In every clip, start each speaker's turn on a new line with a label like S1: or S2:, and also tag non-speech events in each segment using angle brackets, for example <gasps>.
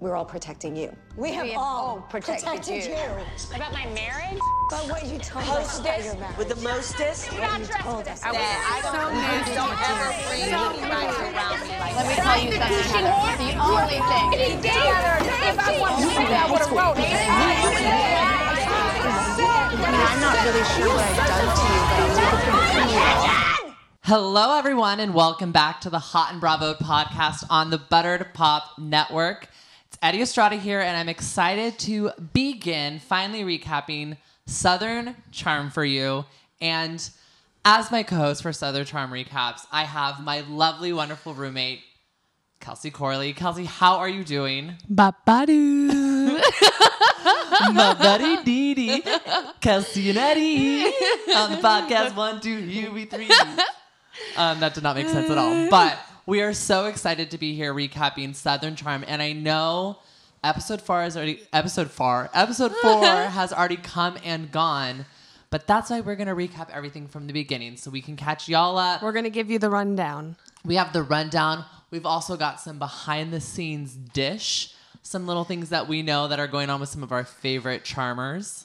S1: we're all protecting you.
S2: We have,
S3: We have
S2: all
S3: all protected
S2: protected
S3: you.
S2: you.
S3: About my marriage?
S2: But what you told us about
S4: Hostess
S2: your marriage.
S4: with the mostest.
S3: Not dressed for this.
S5: I don't, don't ever bring anybody around me like
S6: Let me tell you something, Heather. The only thing.
S3: If I want to say that, I would have wrote it.
S6: I'm not really sure what I've done to you, but I'm looking for
S7: Hello, everyone, and welcome back to the Hot and Bravo podcast on the Buttered Pop Network. It's Eddie Estrada here, and I'm excited to begin finally recapping Southern Charm for you. And as my co host for Southern Charm Recaps, I have my lovely, wonderful roommate, Kelsey Corley. Kelsey, how are you doing? <laughs> Babadu. My buddy Dee Dee. <laughs> Kelsey and Eddie on the podcast. One, two, here we three. Um, that did not make sense at all. But we are so excited to be here recapping Southern Charm, and I know episode four is already episode four. Episode four has already come and gone, but that's why we're gonna recap everything from the beginning so we can catch y'all up.
S8: We're going to give you the rundown.
S7: We have the rundown. We've also got some behind the scenes dish. Some little things that we know that are going on with some of our favorite charmers.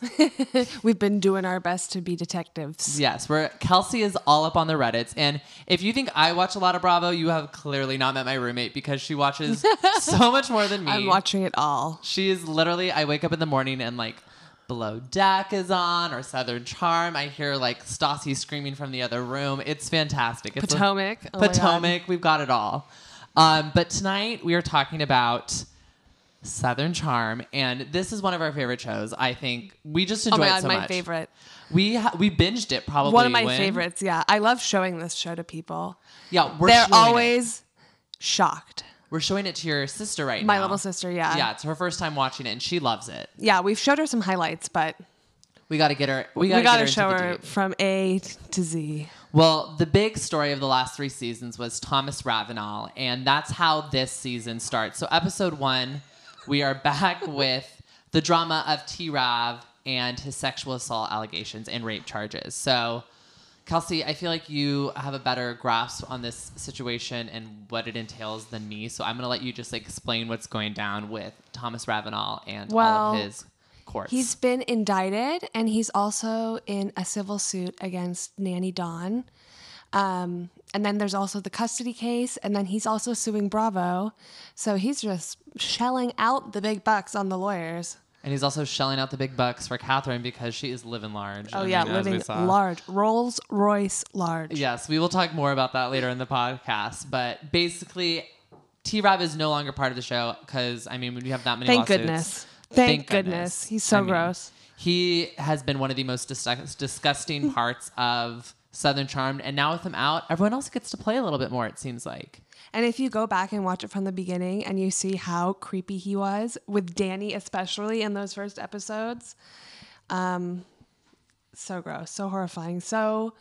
S8: We've been doing our best to be detectives.
S7: Yes, where Kelsey is all up on the Reddits. And if you think I watch a lot of Bravo, you have clearly not met my roommate because
S8: <laughs>
S7: she watches so much more than me.
S8: I'm watching it all.
S7: She is literally, I wake up in the morning and like Below Deck is on or Southern Charm. I hear like Stassi screaming from the other room. It's fantastic. It's a-
S8: Potomac. Oh my God.
S7: Potomac. We've got it all. Um, but tonight we are talking about Southern Charm. And this is one of our favorite shows. I think we just enjoy
S8: Oh my
S7: it
S8: God,
S7: so
S8: my
S7: much.
S8: favorite.
S7: We ha- we binged it probably.
S8: One of my
S7: when-
S8: favorites. Yeah. I love showing this show to people.
S7: Yeah, we're
S8: They're
S7: showing it.
S8: always shocked.
S7: we're showing it to your sister right
S8: My
S7: now.
S8: little sister, yeah.
S7: Yeah, it's her first time watching it and she loves it.
S8: Yeah. We've showed her some highlights, but
S7: We got to get her. We got
S8: we
S7: to
S8: got to
S7: into
S8: show
S7: the
S8: her
S7: deep.
S8: from A to Z.
S7: Well, the big story of the last three seasons was Thomas Ravenel, and that's how this season starts. So, episode one, we are back
S8: <laughs>
S7: with the drama of T Rav and his sexual assault allegations and rape charges. So, Kelsey, I feel like you have a better grasp on this situation and what it entails than me. So, I'm going to let you just explain what's going down with Thomas Ravenel and all
S8: Well,
S7: of his courts.
S8: He's been indicted and he's also in a civil suit against Nanny Dawn. Um, and then there's also the custody case, and then he's also suing Bravo. So he's just shelling out the big bucks on the lawyers.
S7: and he's also shelling out the big bucks for Catherine because she is living large.
S8: Oh,
S7: I
S8: yeah,
S7: mean, as we
S8: living
S7: saw.
S8: large. Rolls Royce large.
S7: Yes, we will talk more about that later in the podcast. But basically, T Rob is no longer part of the show because, I mean, when you have that many
S8: Thank
S7: lawsuits-
S8: goodness. Thank goodness. He's so gross.
S7: He has been one of the most dis-
S8: <laughs>
S7: disgusting parts of Southern Charmed. And now with him out, everyone else gets to play a little bit more, it seems like.
S8: And if you go back and watch it from the beginning and you see how creepy he was with Danny, especially in those first episodes, um, so gross, so horrifying, so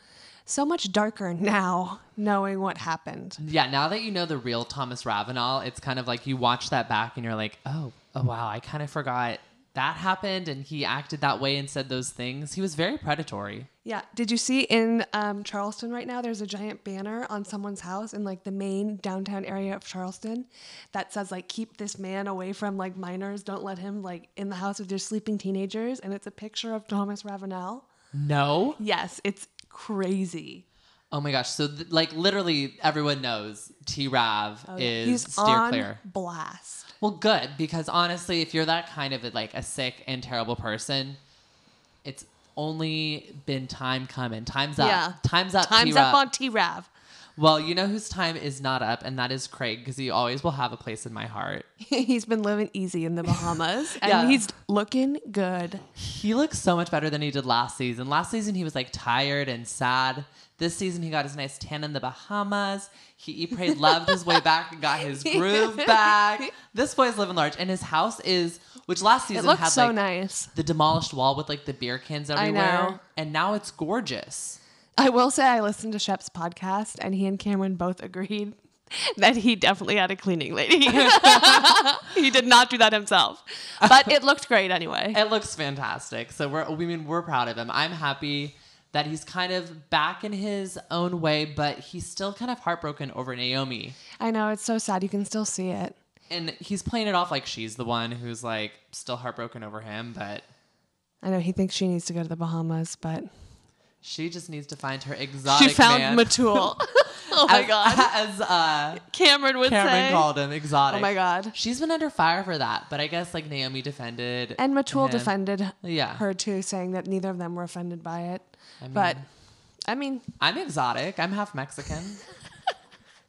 S8: so much darker now knowing what happened.
S7: Yeah, now that you know the real Thomas Ravenel, it's kind of like you watch that back and you're like, oh, oh wow, I kind of forgot that happened and he acted that way and said those things. He was very predatory.
S8: Yeah. Did you see in um, Charleston right now? There's a giant banner on someone's house in like the main downtown area of Charleston that says like "Keep this man away from like minors. Don't let him like in the house with your sleeping teenagers." And it's a picture of Thomas Ravenel.
S7: No.
S8: Yes, it's crazy.
S7: Oh my gosh. So, th- like, literally everyone knows T Rav is
S8: Oh, He's
S7: steer
S8: on
S7: clear.
S8: blast.
S7: Well, good, because honestly, if you're that kind of like a sick and terrible person, it's only been time coming. Time's up.
S8: Yeah.
S7: Time's up.
S8: Time's
S7: T-Rav.
S8: up on T Rav.
S7: Well, you know whose time is not up, and that is Craig, because he always will have a place in my heart.
S8: <laughs> he's been living easy in the Bahamas and
S7: Yeah.
S8: he's looking good.
S7: He looks so much better than he did last season. Last season, he was like tired and sad. This season, he got his nice tan in the Bahamas. He, he prayed, loved his way back, and got his <laughs> groove back. This boy's living large, and his house is, which last
S8: It
S7: season
S8: looks
S7: had
S8: so
S7: like
S8: nice.
S7: the demolished wall with like the beer cans
S8: I know.
S7: everywhere, and now it's gorgeous.
S8: I will say I listened to Shep's podcast and he and Cameron both agreed <laughs> that he definitely had a cleaning lady. <laughs> he did not do that himself. But it looked great anyway.
S7: It looks fantastic. So we're, we mean, we're proud of him. I'm happy that he's kind of back in his own way, but he's still kind of heartbroken over Naomi.
S8: I know it's so sad you can still see it.
S7: and he's playing it off like she's the one who's like still heartbroken over him, but
S8: I know he thinks she needs to go to the Bahamas, but
S7: she just needs to find her exotic
S6: She found
S7: man. <laughs>
S6: Matul. oh my
S7: as,
S6: god.
S7: <laughs> as uh,
S6: Cameron would
S7: Cameron
S6: say.
S7: called him exotic.
S6: Oh my God.
S7: she's been under fire for that, but I guess like Naomi defended
S8: and Matul
S7: him.
S8: defended
S7: Yeah.
S8: her too, saying that neither of them were offended by it.
S7: I
S8: but
S7: mean-
S8: I mean,
S7: I'm exotic. I'm half Mexican.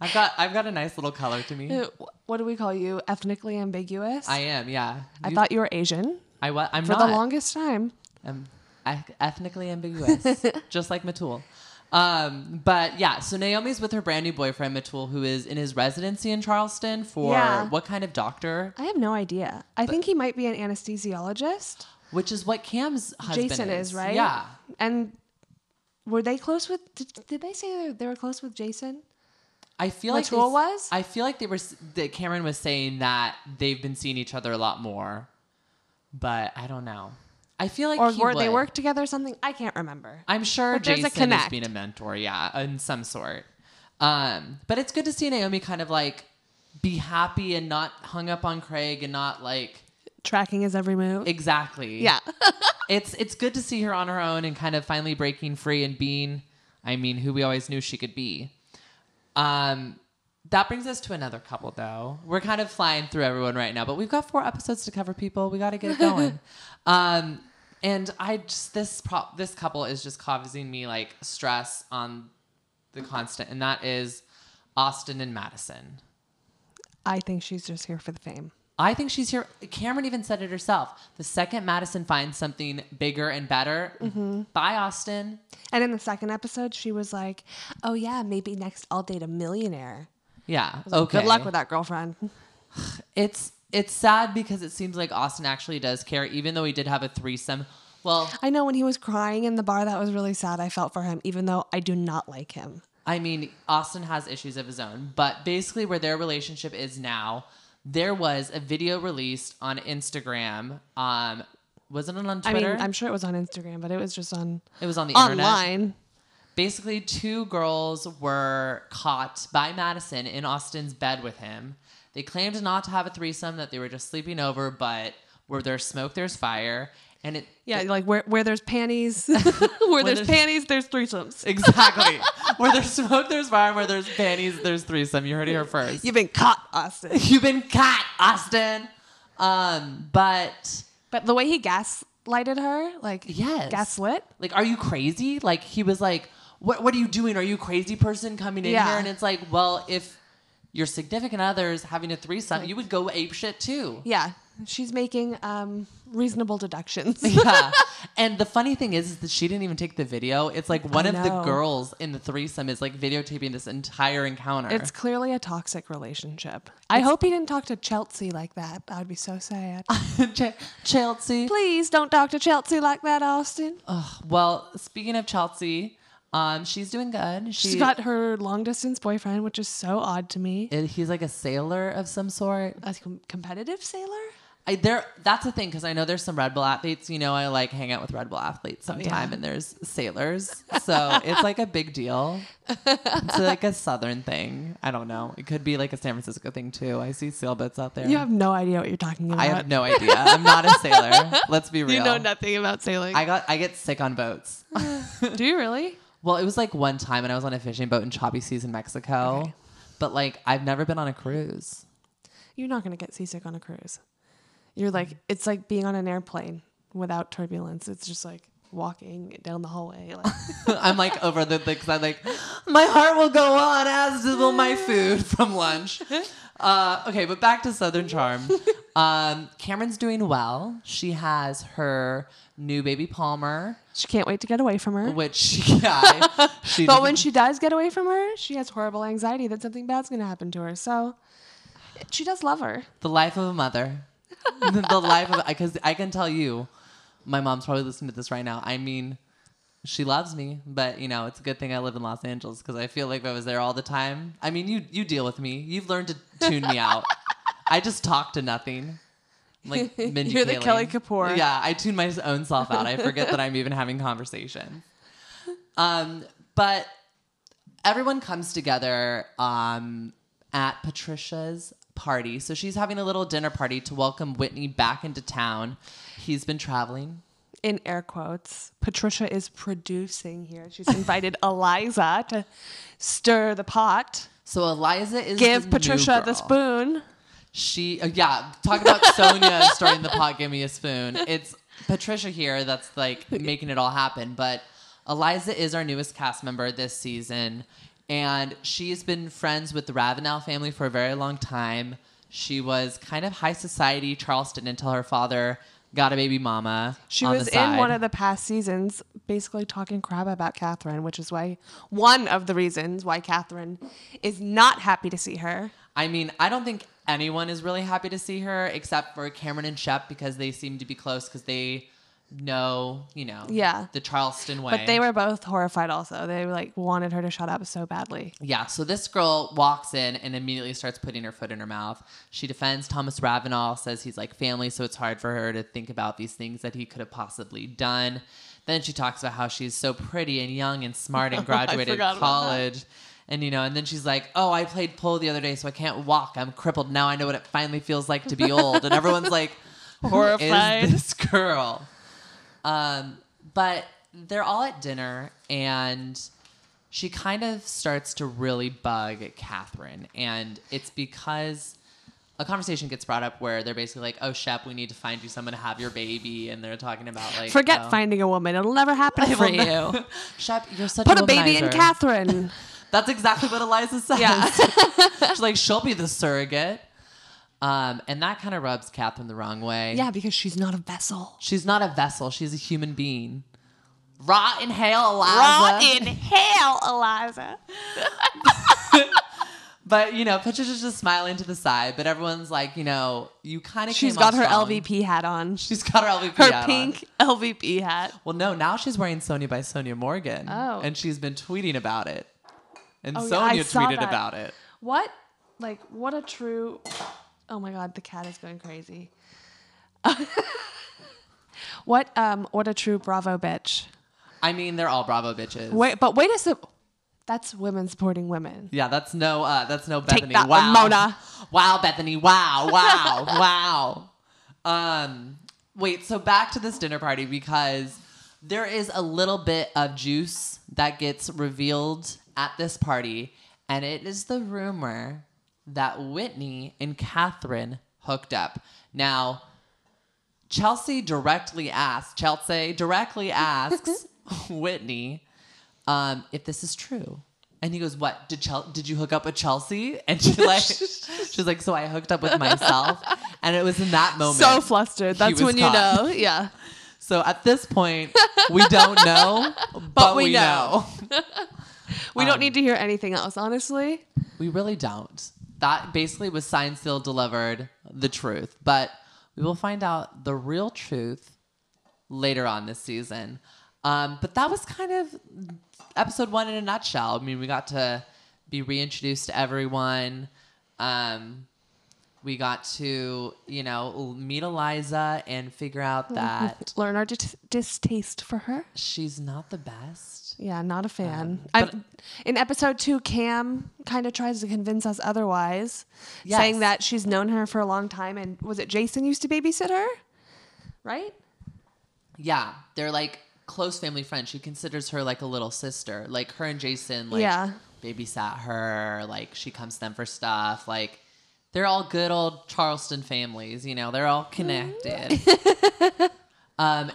S7: I've got I've got a nice little color to me.
S8: uh, wh- what do we call you? Ethnically ambiguous.
S7: I am, yeah.
S8: I
S7: You-
S8: thought you were Asian
S7: I was. I'm
S8: for
S7: not.
S8: the longest time.
S7: I'm eth-
S8: <laughs>
S7: ethnically ambiguous, just like Matul. Um, but yeah, so Naomi's with her brand new boyfriend Matul, who is in his residency in Charleston for
S8: Yeah.
S7: what kind of doctor?
S8: I have no idea. I think he might be an anesthesiologist.
S7: Which is what Cam's husband
S8: Jason is, right?
S7: Yeah,
S8: And were they close with? Did, did they say they were close with Jason?
S7: I feel like they
S8: Matul
S7: s-
S8: was?
S7: I feel like they were s- that Cameron was saying that they've been seeing each other a lot more, but I don't know. I feel like
S8: Or
S7: he
S8: were they
S7: would.
S8: worked together? Or something I can't remember.
S7: I'm sure
S8: But there's a
S7: Jason is
S8: connect.
S7: being a mentor, yeah, in some sort. Um, but it's good to see Naomi kind of like be happy and not hung up on Craig and not like
S8: Tracking his every move.
S7: exactly.
S6: Yeah.
S7: It's it's good to see her on her own and kind of finally breaking free and being, I mean, who we always knew she could be. Um that brings us to another couple though. We're kind of flying through everyone right now, but we've got four episodes to cover people. We got to get it going. um and I just this prop this couple is just causing me like stress on the constant and that is Austin and Madison.
S8: <laughs> I think she's just here for the fame.
S7: I think she's here. Cameron even said it herself. The second Madison finds something bigger and better,
S8: Mm-hmm.
S7: bye Austin.
S8: And in the second episode, she was like, "Oh yeah, maybe next I'll date a millionaire."
S7: Yeah. Okay.
S8: Good luck with that, girlfriend.
S7: It's it's sad because it seems like Austin actually does care, even though he did have a threesome. Well,
S8: I know when he was crying in the bar, that was really sad. I felt for him, even though I do not like him.
S7: I mean, Austin has issues of his own, but basically, where their relationship is now, there was a video released on Instagram. Um, wasn't it on
S8: I
S7: Twitter?
S8: mean, I'm sure it was on Instagram, but it was just on
S7: it was on the internet.
S8: online.
S7: basically two girls were caught by Madison in Austin's bed with him. They claimed not to have a threesome, that they were just sleeping over, but where there's smoke, there's fire. And it <laughs>
S8: Yeah, like where where there's panties, <laughs> where there's
S7: there's-
S8: panties, there's threesomes.
S7: <laughs> exactly where there's smoke, there's fire. Where there's panties, there's threesome. You heard it here first.
S8: You've been caught, Austin.
S7: You've been caught, Austin. Um, but
S8: <laughs> But the way he gaslighted her, like
S7: Yes.
S8: gaslit.
S7: Like, are you crazy? Like, he was like, what, what are you doing? Are you a crazy person coming in
S8: Yeah.
S7: here? And it's like, well, if your significant other's having a threesome, you would go ape shit
S8: <laughs>
S7: too.
S8: Yeah, she's making um, reasonable deductions. <laughs>
S7: Yeah. <laughs> and the funny thing is, is that she didn't even take the video. It's like one
S8: I
S7: of the
S8: know.
S7: girls in the threesome is like videotaping this entire encounter.
S8: It's <laughs> clearly a toxic relationship. I hope he didn't talk to Chelsea like that. I would be so <laughs> sad.
S7: Ch- Chelsea.
S8: Please don't talk to Chelsea like that, Austin.
S7: Well, speaking of Chelsea, um, she's doing good. She,
S8: She's got her long distance boyfriend, which is so odd to me.
S7: and he's like a sailor of some sort.
S8: A com- competitive sailor?
S7: I there that's the thing because I know there's some Red Bull athletes. You know, I like hang out with Red Bull athletes sometime, and there's sailors, so it's like a big deal. It's like a Southern thing. I don't know. It could be like a San Francisco thing too. I see sailboats out there.
S8: You have no idea what you're talking about.
S7: I have no idea. I'm not a sailor. Let's be real.
S8: <laughs> You know nothing about sailing.
S7: I got I get sick on boats.
S8: Do you really?
S7: Well, it was like one time, and I was on a fishing boat in Choppy Seas in Mexico,
S8: Okay.
S7: but like I've never been on a cruise.
S8: You're not going to get seasick on a cruise. You're like, it's like being on an airplane without turbulence. It's just like walking down the hallway. Like, <laughs>
S7: <laughs> I'm like over the thing because I'm like, my heart will go on as will my food from lunch. Uh, okay, but back to Southern Charm. Um, Cameron's doing well. She has her new baby Palmer,
S8: she can't wait to get away from her.
S7: which <laughs> yeah, she
S8: But when she does get away from her, she has horrible anxiety that something bad's going to happen to her. So she does love her.
S7: the life of a mother, the, the life of because I can tell you, my mom's probably listening to this right now. I mean. She loves me, but you know it's a good thing I live in Los Angeles because I feel like if I was there all the time. I mean, you you deal with me. You've learned to tune
S8: <laughs>
S7: me out. I just talk to nothing. Like Mindy
S8: You're the
S7: Kaling.
S8: Kelly Kapoor.
S7: Yeah, I tune my own self out. I forget that I'm even having conversations. Um, but everyone comes together um, at Patricia's party. So she's having a little dinner party to welcome Whitney back into town. He's been traveling.
S8: in air quotes, Patricia is producing here. She's invited <laughs> Eliza to stir the pot,
S7: So Eliza is
S8: give
S7: the new
S8: Patricia the
S7: girl.
S8: spoon.
S7: She, uh, yeah, talk
S8: <laughs>
S7: about Sonia starting the pot. Give me a spoon. It's Patricia here that's like making it all happen. But Eliza is our newest cast member this season, and she's been friends with the Ravenel family for a very long time. She was kind of high society Charleston until her father got a baby mama.
S8: She
S7: on
S8: was
S7: the side.
S8: in one of the past seasons basically talking crap about Catherine, which is why one of the reasons why Catherine is not happy to see her.
S7: I mean, I don't think anyone is really happy to see her except for Cameron and Shep because they seem to be close because they know, you know,
S8: Yeah.
S7: the Charleston way.
S8: But they were both horrified also. They like wanted her to shut up so badly.
S7: Yeah, so this girl walks in and immediately starts putting her foot in her mouth. She defends Thomas Ravenel, says he's like family, so it's hard for her to think about these things that he could have possibly done. Then she talks about how she's so pretty and young and smart
S8: <laughs>
S7: and graduated
S8: forgot about that.
S7: college. And you know, and then she's like, "Oh, I played pole the other day, so I can't walk. I'm crippled now. I know what it finally feels like to be old." And everyone's like, "Horrified,
S8: Horrified.
S7: this girl." Um, but they're all at dinner, and she kind of starts to really bug Catherine. And it's because a conversation gets brought up where they're basically like, oh, Shep, we need to find you someone to have your baby. And they're talking about like,
S8: Forget
S7: <laughs> oh,
S8: finding a woman. It'll never happen
S7: <laughs>
S8: for
S7: will
S8: you.
S7: Shep, you're such
S8: Put
S7: a
S8: a baby in
S7: womanizer." <laughs>
S8: Catherine.
S7: That's exactly what Eliza says.
S8: Yeah.
S7: <laughs> She's like, she'll be the surrogate. Um, and that kind of rubs Catherine the wrong way.
S8: yeah, because she's not a vessel.
S7: She's not a vessel. She's a human being. Rot in hell, Eliza.
S8: in hell, Eliza.
S7: <laughs> But you know, Patricia's just smiling to the side, but everyone's like, you know, you kind of
S8: She's got her LVP hat on.
S7: <laughs> She's got her LVP.
S8: Her
S7: hat on.
S8: pink LVP hat.
S7: Well, no, now she's wearing Sonia by Sonia Morgan.
S8: Oh.
S7: And she's been tweeting about it. And
S8: Oh, yeah, I
S7: Sonia
S8: saw
S7: tweeted
S8: that.
S7: about it.
S8: What? Like, what a true. Oh my God, the cat is going crazy. <laughs> what? Um, what a true Bravo bitch.
S7: I mean, they're all Bravo bitches.
S8: Wait, but wait a sec. That's women supporting women.
S7: Yeah, that's no uh that's no Bethany.
S8: that,
S7: wow.
S8: Ramona.
S7: Wow, Bethany. Wow, wow, wow. Um wait, so back to this dinner party because there is a little bit of juice that gets revealed at this party, and it is the rumor that Whitney and Catherine hooked up. Now, Chelsea directly asks, Chelsea directly asks Whitney um, if this is true. And he goes, "What did Chel- did you hook up with Chelsea?" And she like, she's like, "So I hooked up with myself." And it was in that moment,
S8: So flustered.
S7: he
S8: That's
S7: was
S8: when you
S7: caught.
S8: know. Yeah.
S7: So at this point, we don't know, but,
S8: we
S7: we,
S8: know.
S7: know.
S8: We
S7: Um,
S8: don't need to hear anything else, honestly.
S7: We really don't. That basically was sign seal delivered the truth, but we will find out the real truth later on this season. Um, but that was kind of episode one in a nutshell. I mean, we got to be reintroduced to everyone. Um, we got to, you know, meet Eliza and figure out that
S8: Learn our dis- distaste for her.
S7: she's not the best.
S8: Yeah, not
S7: Uh,
S8: a fan. I'm, in episode two, Cam kind of tries to convince us otherwise, saying
S7: Yes.
S8: that she's known her for a long time. And was it Jason used to babysit her? Right?
S7: Yeah, they're like close family friends. She considers her like a little sister. Like her and Jason, like
S8: Yeah.
S7: babysat her. Like she comes to them for stuff. Like they're all good old Charleston families. You know, they're all
S8: Mm-hmm. <laughs>
S7: connected.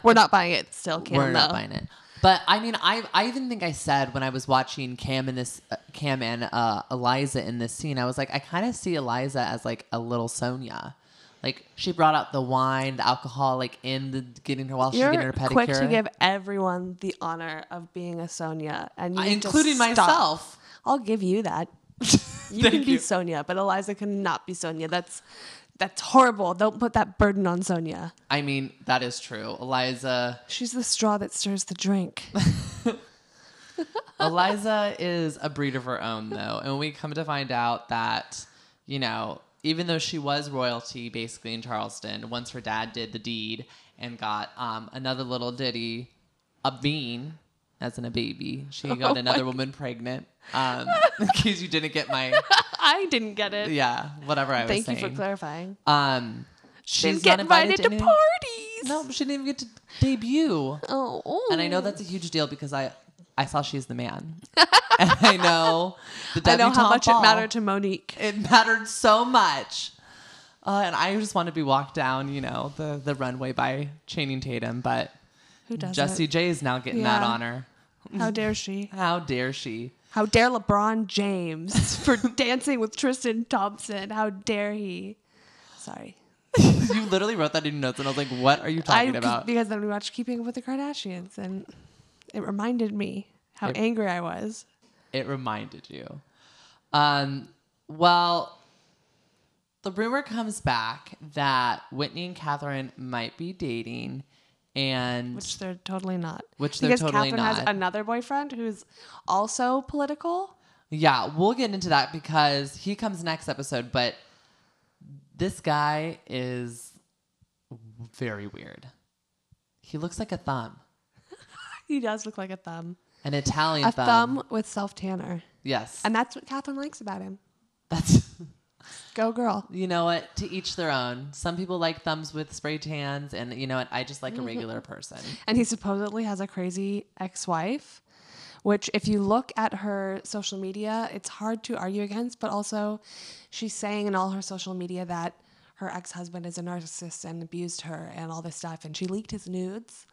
S8: We're not buying it still, Cam.
S7: We're not
S8: though.
S7: buying it. But I mean, I I even think I said when I was watching Cam and this uh, Cam and uh, Eliza in this scene, I was like, I kind of see Eliza as like a little Sonia. Like she brought out the wine, the alcohol, like in the getting her while she's getting
S8: You're
S7: her pedicure,
S8: quick to give everyone the honor of being a Sonia, and you
S7: Uh,
S8: need to
S7: including
S8: stop.
S7: myself.
S8: I'll give you
S7: <laughs>
S8: that. You can
S7: Thank
S8: be
S7: you.
S8: Sonia, but Eliza cannot be Sonia. That's that's horrible. Don't put that burden on Sonia.
S7: I mean, that is true.
S8: <laughs>
S7: Eliza
S8: She's the straw that stirs the drink.
S7: <laughs> Eliza is a breed of her own though. And we come to find out that, you know, even though she was royalty basically in Charleston, once her dad did the deed and got um, another little ditty, a bean, As in a baby,
S8: <laughs>
S7: she
S8: Oh
S7: got another woman pregnant. Um, <laughs> in case you didn't get my
S8: I didn't get it.
S7: yeah, whatever I was
S8: Thank you
S7: saying.
S8: for clarifying.
S7: Um, she's
S8: Didn't get
S7: not invited,
S8: invited, to,
S7: any-
S8: parties.
S7: No, she didn't even get to debut.
S8: Oh.
S7: And I know that's a huge deal because I I saw she's
S8: <laughs>
S7: the man. and I know the
S8: I know how
S7: debutante
S8: much it
S7: ball,
S8: mattered to Monique.
S7: it mattered so much. Uh, and I just want to be walked down, you know, the the runway by Channing Tatum, but
S8: Who does
S7: Jessie J is now getting that
S8: Yeah.
S7: honor.
S8: <laughs> How dare she?
S7: How dare she?
S8: How dare LeBron
S7: <laughs>
S8: James for dancing with Tristan Thompson? How dare he? Sorry.
S7: You literally wrote that in your notes, and I was like, "What are you
S8: I,
S7: talking about?"
S8: Because then we watched Keeping Up with the Kardashians and it reminded me how
S7: It-
S8: angry I was.
S7: it reminded you. Um, well, the rumor comes back that Whitney and Catherine might be dating, and
S8: Which they're totally not.
S7: Which they're
S8: because
S7: totally
S8: Catherine
S7: not.
S8: has another boyfriend who's also political.
S7: yeah, we'll get into that because he comes next episode. But this guy is very weird. He looks like a thumb,
S8: He does look like a thumb.
S7: an Italian
S8: a
S7: thumb.
S8: thumb with self tanner.
S7: Yes,
S8: And that's what Catherine likes about him.
S7: that's
S8: Go girl.
S7: you know what. To each their own. Some people like thumbs with spray tans, and you know what. I just like
S8: <laughs>
S7: a regular person.
S8: And he supposedly has a crazy ex wife, which, if you look at her social media, it's hard to argue against. But also, she's saying in all her social media that her ex husband is a narcissist and abused her and all this stuff. And she leaked his nudes.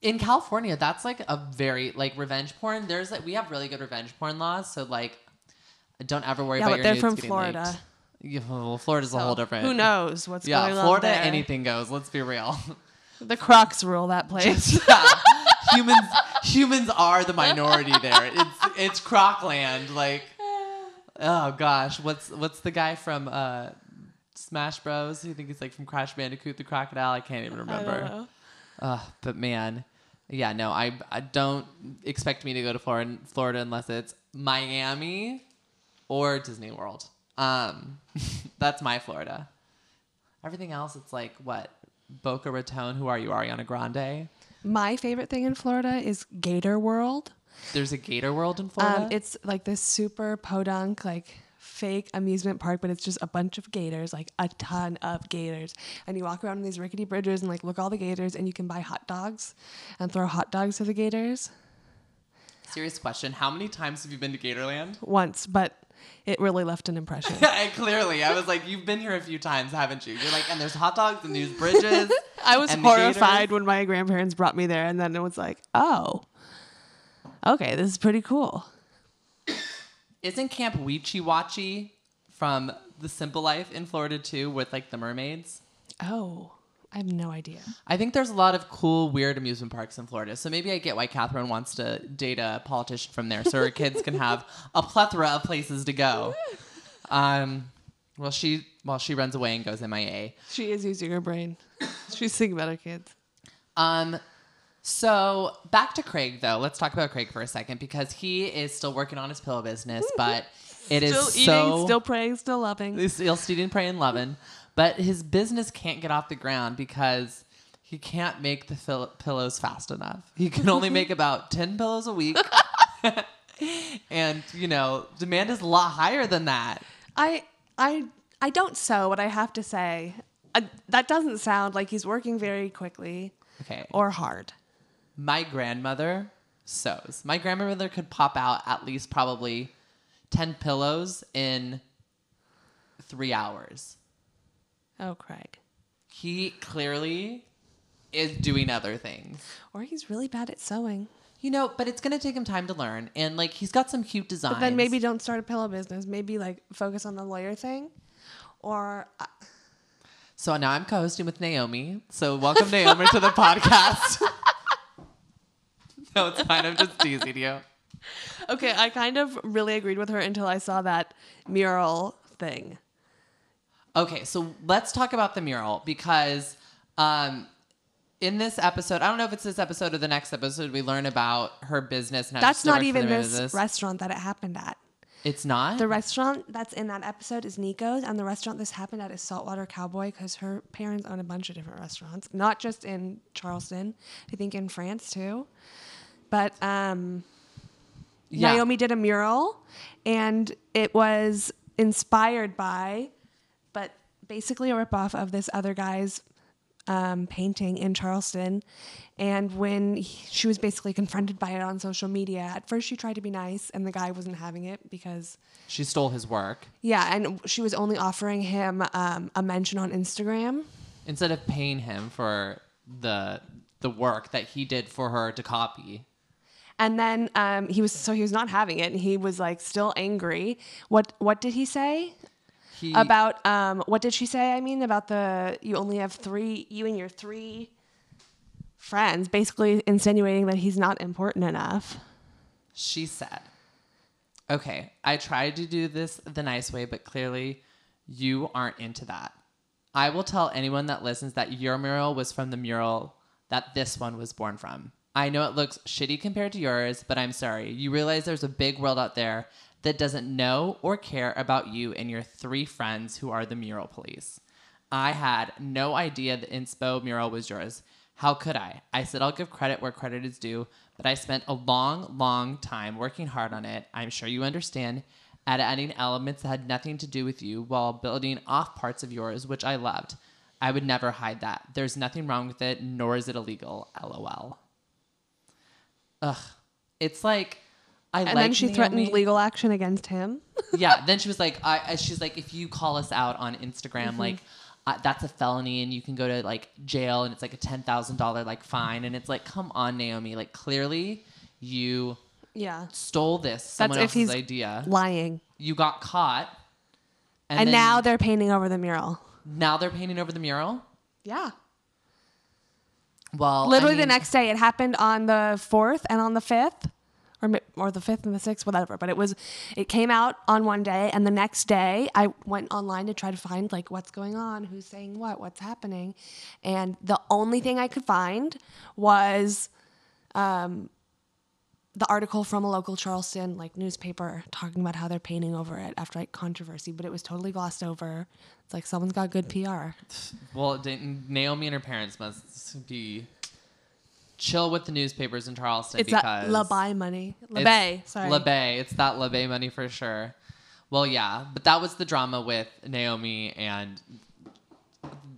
S7: in California, that's like a very like revenge porn. There's like we have really good revenge porn laws, so like don't ever worry
S8: Yeah,
S7: about
S8: but
S7: your
S8: they're
S7: nudes
S8: from
S7: getting
S8: Florida.
S7: leaked. Yeah, well, Florida's a whole different.
S8: Who knows what's
S7: Yeah,
S8: going
S7: Florida,
S8: on? there.
S7: anything goes. Let's be real. <laughs>
S8: The Crocs rule that place.
S7: Yeah. <laughs> humans, humans are the minority there. It's it's Crocland. Like, oh gosh, what's what's the guy from uh, Smash Bros? You think he's like from Crash Bandicoot the Crocodile? I can't even remember. Ugh, but man, yeah, no, I, I don't expect me to go to Florida, Florida unless it's Miami or Disney World. Um, <laughs> that's my Florida. Everything else, it's like what Boca Raton. Who are you, Ariana Grande?
S8: My favorite thing in Florida is Gator World.
S7: There's a Gator World in Florida.
S8: Um, it's like this super podunk, like fake amusement park, but it's just a bunch of gators, like a ton of gators. And you walk around on these rickety bridges and like look at all the gators, and you can buy hot dogs and throw hot dogs to the gators
S7: Serious question: How many times have you been to Gatorland?
S8: once, but it really left an impression.
S7: <laughs> I, clearly, I was like, you've been here a few times, haven't you? You're like, and there's hot dogs and there's bridges.
S8: <laughs> I was
S7: and the gators.
S8: horrified when my grandparents brought me there, and then it was like, oh, okay, this is pretty cool.
S7: Isn't Camp Weechi Watchy from The Simple Life in Florida too, with like the mermaids?
S8: Oh, I have no idea.
S7: I think there's a lot of cool, weird amusement parks in Florida. So maybe I get why Catherine wants to date a politician from there so her kids can have a plethora of places to go. Um, well, she well she runs away and goes MIA.
S8: She is using her <laughs> brain. She's thinking about her kids.
S7: Um, so back to Craig though. Let's talk about Craig for a second because he is still working on his pillow business, but it is
S8: Still
S7: so
S8: eating, still praying, still loving.
S7: He's still stealing, praying, loving, but his business can't get off the ground because he can't make the fill- pillows fast enough. He
S8: <laughs>
S7: can only make about ten pillows a week, <laughs> and you know demand is a lot higher than that.
S8: I I I don't sew what I have to say. Uh, that doesn't sound like he's working very quickly
S7: Okay,
S8: or hard.
S7: my grandmother sews. My grandmother could pop out at least probably 10 pillows in three hours.
S8: Oh, Craig.
S7: He clearly is doing other things.
S8: Or he's really bad at sewing.
S7: You know, but it's going to take him time to learn. And like, he's got some cute designs.
S8: Then maybe don't start a pillow business. Maybe like focus on the lawyer thing. Or uh,
S7: So now I'm co hosting with Naomi. So welcome, Naomi,
S8: <laughs>
S7: to the podcast. <laughs> no, it's fine. I'm just teasing you.
S8: okay, I kind of really agreed with her until I saw that mural thing.
S7: Okay, so let's talk about the mural because um, in this episode, I don't know if it's this episode or the next episode, we learn about her business. And how she
S8: That's
S7: still
S8: not
S7: works for
S8: even
S7: the
S8: this
S7: business.
S8: restaurant that it happened at.
S7: It's not.
S8: The restaurant that's in that episode is Nico's, and the restaurant this happened at is Saltwater Cowboy because her parents own a bunch of different restaurants, not just in Charleston, I think in France too. But um,
S7: Yeah.
S8: Naomi did a mural, and it was inspired by, but basically a ripoff of this other guy's um, painting in Charleston. And when he- she was basically confronted by it on social media, at first she tried to be nice, and the guy wasn't having it because
S7: She stole his work.
S8: yeah, and she was only offering him um, a mention on Instagram.
S7: Instead of paying him for the the work that he did for her to copy.
S8: And then um, he was so he was not having it, and he was like still angry. What what did he say
S7: He
S8: about um, what did she say? I mean about the you only have three you and your three friends, basically insinuating that he's not important enough.
S7: She said, Okay, I tried to do this the nice way, but clearly you aren't into that. I will tell anyone that listens that your mural was from the mural that this one was born from. I know it looks shitty compared to yours, but I'm sorry. You realize there's a big world out there that doesn't know or care about you and your three friends who are the mural police. I had no idea the inspo mural was yours. How could I? I said I'll give credit where credit is due, but I spent a long, long time working hard on it. I'm sure you understand. At adding elements that had nothing to do with you while building off parts of yours, which I loved. I would never hide that. There's nothing wrong with it, nor is it illegal. LOL. Ugh. It's like I
S8: And
S7: like
S8: then she threatened
S7: Naomi.
S8: legal action against him.
S7: yeah. Then she was like, I, I- she's like, if you call us out on Instagram,
S8: Mm-hmm.
S7: like, uh, that's a felony, and you can go to like jail, and it's like a ten thousand dollar like fine, and it's like, come on, Naomi, like clearly you
S8: <laughs> yeah,
S7: stole this
S8: that's
S7: someone
S8: if
S7: else's
S8: he's
S7: idea.
S8: lying.
S7: you got caught,
S8: And,
S7: then-
S8: now they're painting over the mural.
S7: now they're painting over the mural.
S8: Yeah.
S7: Well, I
S8: Literally the
S7: mean,
S8: next day, it happened on the fourth and on the fifth, or mi- or the fifth and the sixth, whatever. But it was, it came out on one day, and the next day, I went online to try to find like what's going on, who's saying what, what's happening, and the only thing I could find was, um, the article from a local Charleston like newspaper talking about how they're painting over it after like controversy, but it was totally glossed over. It's like someone's got good PR.
S7: Well, Dan- Naomi and her parents must be chill with the newspapers in Charleston
S8: It's
S7: because
S8: that LaBay money.
S7: It's
S8: LaBay, sorry.
S7: LeBay. It's that LeBay money for sure. Well, yeah, but that was the drama with Naomi and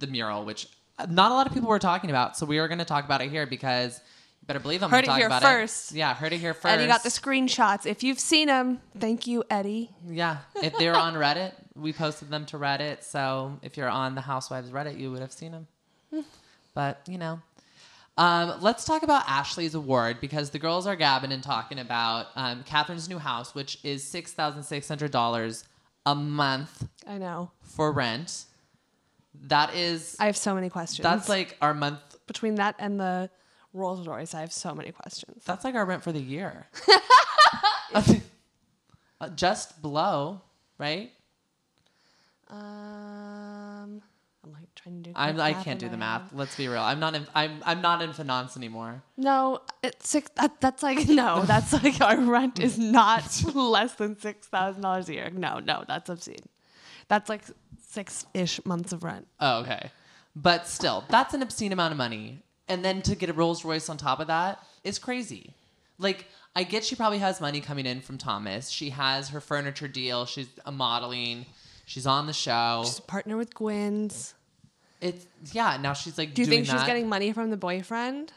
S7: the mural, which not a lot of people were talking about. So we are going to talk about it here because you better believe I'm
S8: Heard it
S7: going to talk
S8: here
S7: about
S8: first.
S7: it. Yeah, heard it here first.
S8: Eddie got the screenshots. If you've seen them, thank you, Eddie.
S7: Yeah, if they were on Reddit, we posted them to Reddit. So if you're on the Housewives Reddit, you would have seen them. but you know, um, let's talk about Ashley's award because the girls are gabbing and talking about um, Catherine's new house, which is six thousand six hundred dollars a month
S8: I know.
S7: for rent. That is
S8: I have so many questions.
S7: that's like our month.
S8: between that and the Rolls Royce, I have so many questions.
S7: That's like our rent for the year. <laughs> Uh, Just below, right?
S8: Um, I'm like trying to do.
S7: I'm,
S8: quick
S7: I
S8: math
S7: can't
S8: in
S7: do
S8: my
S7: the
S8: head.
S7: math. Let's be real. I'm not. In, I'm. I'm not in finance anymore.
S8: No, it's six. That, that's like <laughs> no. That's like our rent is not <laughs> less than six thousand dollars a year. No, no, that's obscene. That's like six ish months of rent.
S7: Oh, okay. But still, that's an obscene amount of money. And then to get a Rolls Royce on top of that is crazy. Like, I get she probably has money coming in from Thomas. She has her furniture deal. She's a modeling. She's on the show.
S8: She's a partner with Gwynn's.
S7: It's yeah. Now she's like.
S8: Do you
S7: doing
S8: think she's
S7: that.
S8: getting money from the boyfriend?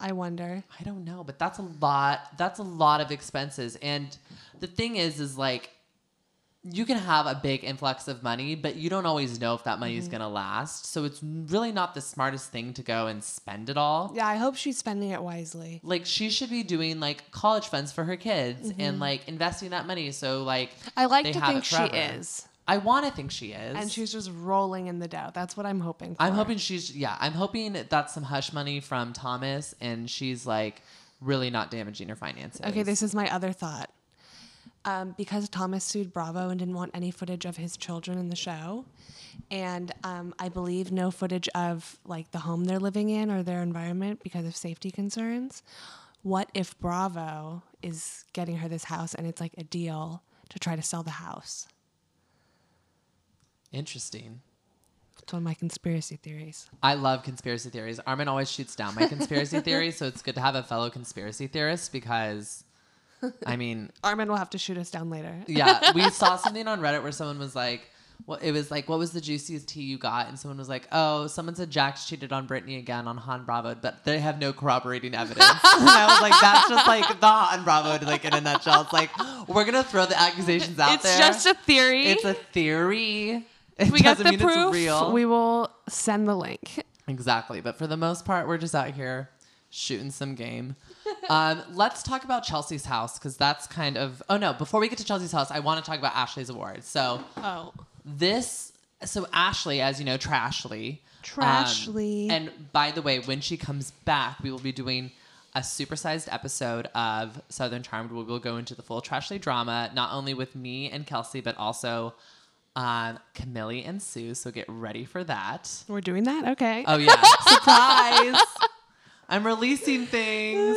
S8: I wonder.
S7: I don't know, but that's a lot. That's a lot of expenses. And the thing is, is like, you can have a big influx of money, but you don't always know if that money
S8: Mm-hmm.
S7: is going to last. So it's really not the smartest thing to go and spend it all.
S8: Yeah, I hope she's spending it wisely.
S7: Like, she should be doing like college funds for her kids and like investing that money. So, like,
S8: Mm-hmm. I like
S7: they
S8: to
S7: have
S8: think
S7: it
S8: she
S7: forever.
S8: is.
S7: I want to think she is.
S8: And she's just rolling in the dough. That's what I'm hoping for.
S7: I'm hoping she's yeah. I'm hoping that that's some hush money from Thomas, and she's like really not damaging her finances.
S8: Okay, this is my other thought. Um, because Thomas sued Bravo and didn't want any footage of his children in the show, and um, I believe no footage of like the home they're living in or their environment because of safety concerns. What if Bravo is getting her this house and it's like a deal to try to sell the house?
S7: interesting.
S8: It's one of my conspiracy theories.
S7: I love conspiracy theories. Armin always shoots down my
S6: <laughs>
S7: conspiracy theories, so it's good to have a fellow conspiracy theorist because,
S6: <laughs>
S7: I mean,
S8: Armin will have to shoot us down later.
S7: yeah, we saw something on Reddit where someone was like, well, it was like, what was the juiciest tea you got? And someone was like, oh, someone said Jax cheated on Brittany again on Han Bravo, but they have no corroborating evidence.
S6: <laughs>
S7: and I was like, that's just like the Han Bravo, like in a nutshell. It's like, we're going to throw the accusations out
S6: It's
S7: there.
S6: just a theory.
S7: It's a theory. It
S6: We got
S7: doesn't
S6: the
S7: mean
S6: proof.
S7: it's real.
S8: We will send the link.
S7: Exactly. But for the most part, we're just out here shooting some game. um, let's talk about Chelsea's house because that's kind of. Oh, no. Before we get to Chelsea's house, I want to talk about Ashley's award. So,
S8: Oh.
S7: this. So, Ashley, as you know, Trashly. um,
S8: Trashly.
S7: and by the way, when she comes back, we will be doing a supersized episode of Southern Charmed where we'll go into the full Trashly drama, not only with me and Kelsey, but also. Um, Camille and Sue, so get ready for that.
S8: We're doing that? Okay.
S7: Oh yeah, surprise! I'm releasing things.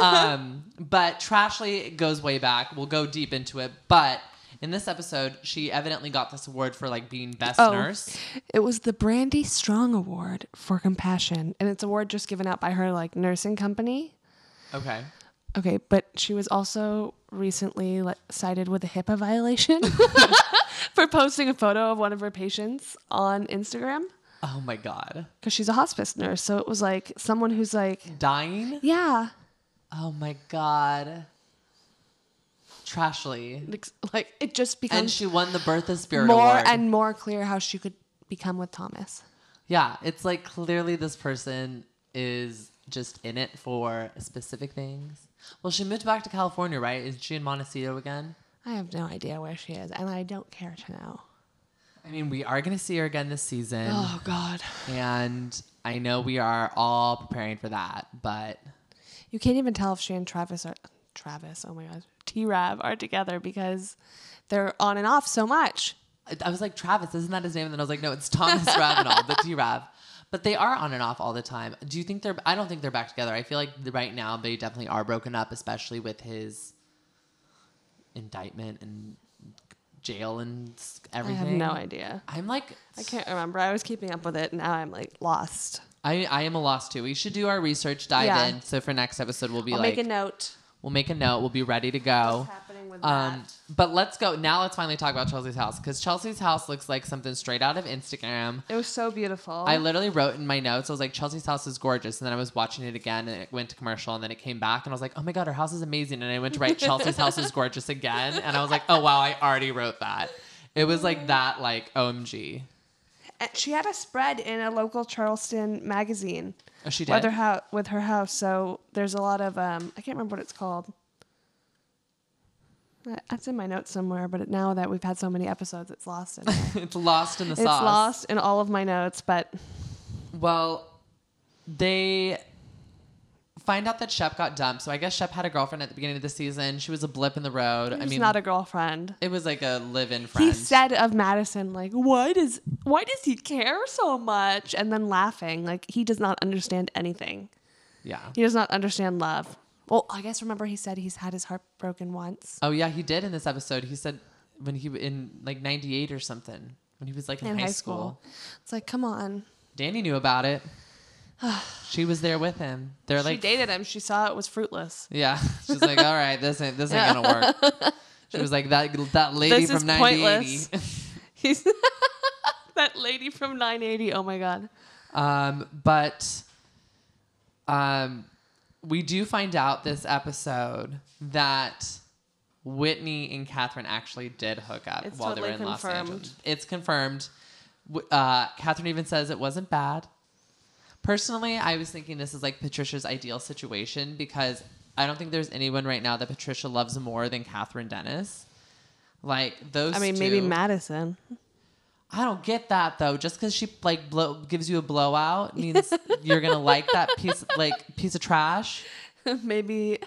S7: Um, but Trashly goes way back. We'll go deep into it, but in this episode, she evidently got this award for like being best
S8: Oh.
S7: nurse.
S8: It was the Brandy Strong Award for Compassion, and it's an award just given out by her like nursing company.
S7: Okay.
S8: Okay, but she was also recently like, cited with a HIPAA violation <laughs> for posting a photo of one of her patients on Instagram
S7: Oh my god,
S8: because she's a hospice nurse. So it was like someone who's like,
S7: dying.
S8: yeah,
S7: Oh my god, Trashly,
S8: like- like it just
S7: and
S8: becomes
S7: she won the Bertha Spirit
S8: more
S7: Award.
S8: and more clear how she could become with Thomas.
S7: yeah, it's like clearly this person is just in it for specific things. Well, she moved back to California, right? Is she in Montecito again?
S8: I have no idea where she is, and I don't care to know.
S7: I mean, we are going to see her again this season,
S8: Oh God,
S7: and I know we are all preparing for that. But
S8: you can't even tell if she and Travis are Travis. Oh my God, T. Rav are together because they're on and off so much.
S7: I- I was like, Travis, isn't that his name? And then I was like, no, it's
S8: <laughs>
S7: Thomas Ravenel, but T Rav. But they are on and off all the time. Do you think they're? I don't think they're back together. I feel like th- right now they definitely are broken up, especially with his indictment and jail and s-
S8: I
S7: everything.
S8: have no idea.
S7: I'm like,
S8: I can't remember. I was keeping up with it. Now I'm like lost.
S7: I, I am a loss too. We should do our research, dive
S8: Yeah.
S7: in. So for next episode, we'll be
S8: I'll
S7: like,
S8: make a note.
S7: We'll make a note. We'll be ready to go.
S8: happening with
S7: Um,
S8: that?
S7: but let's go now. Let's finally talk about Chelsea's house because Chelsea's house looks like something straight out of Instagram.
S8: It was so beautiful.
S7: I literally wrote in my notes. I was like, Chelsea's house is gorgeous, and then I was watching it again, and it went to commercial, and then it came back, and I was like, Oh my god, her house is amazing! And I went to write Chelsea's house is gorgeous again, and I was like, Oh wow, I already wrote that. It was like that, like OMG.
S8: And she had a spread in a local Charleston magazine
S7: Oh, she
S8: with
S7: did.
S8: her, ho- with her house. So there's a lot of, um, I can't remember what it's called. That- That's in my notes somewhere, but now that we've had so many episodes, it's lost. In
S7: <laughs>
S8: there.
S7: it's lost in the
S8: it's
S7: sauce.
S8: lost in all of my notes, but
S7: Well, they find out that Shep got dumped. So I guess Shep had a girlfriend at the beginning of the season. She was a blip in the road. I
S8: he's
S7: mean,
S8: not a girlfriend.
S7: it was like a live-in friend.
S8: He said of Madison, like, why does why does he care so much? And then laughing, like he does not understand anything.
S7: yeah.
S8: He does not understand love. Well, I guess remember he said he's had his heart broken once.
S7: Oh yeah, he did in this episode. He said when he in like '98 or something when he was like in, high, school.
S8: It's like, come on.
S7: Danny knew
S8: <sighs>
S7: about it. she was there with him. They're
S8: she
S7: like,
S8: dated him. She saw it was fruitless.
S7: yeah. She's like, all right, this ain't this ain't gonna work.
S8: <laughs>
S7: She was like that that lady
S8: This is
S7: from 1980.
S8: pointless. He's <laughs> that lady from 980. Oh my god.
S7: Um, but um, we do find out this episode that Whitney and Catherine actually did hook up
S8: It's
S7: while they
S8: totally
S7: were in Los
S8: confirmed.
S7: Angeles. It's confirmed. W- Uh, Catherine even says it wasn't bad. Personally, I was thinking this is like Patricia's ideal situation because I don't think there's anyone right now that Patricia loves more than Catherine Dennis. Like those.
S8: I mean, maybe
S7: two-
S8: Madison.
S7: I don't get that though. Just because she like blow, gives you a
S8: <laughs>
S7: blowout means you're gonna like that piece like piece of trash.
S8: <laughs> maybe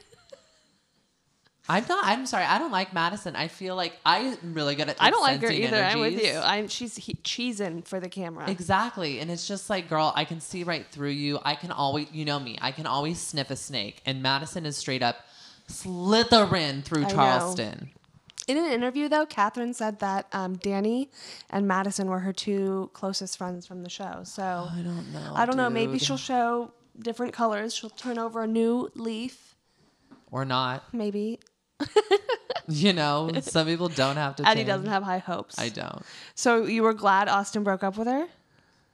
S7: I'm not. I'm sorry. I don't like Madison. I feel like I'm really good at.
S8: I don't like her
S7: sensing
S8: either. I'm with
S7: energies.
S8: you. I'm she's he, cheesing for the camera.
S7: Exactly. And it's just like, girl, I can see right through you. I can always, you know me, I can always sniff a snake. And Madison is straight up slithering through
S8: know.
S7: Charleston.
S8: In an interview, though, Catherine said that um, Danny and Madison were her two closest friends from the show. So I
S7: Oh, don't know,
S8: I don't know. Maybe
S7: dude.
S8: she'll show different colors. She'll turn over a new leaf.
S7: or not. <laughs>
S8: Maybe
S7: You know, some people don't have to.
S8: Eddie
S7: change.
S8: doesn't have high hopes.
S7: I don't.
S8: So you were glad Austin broke up with her?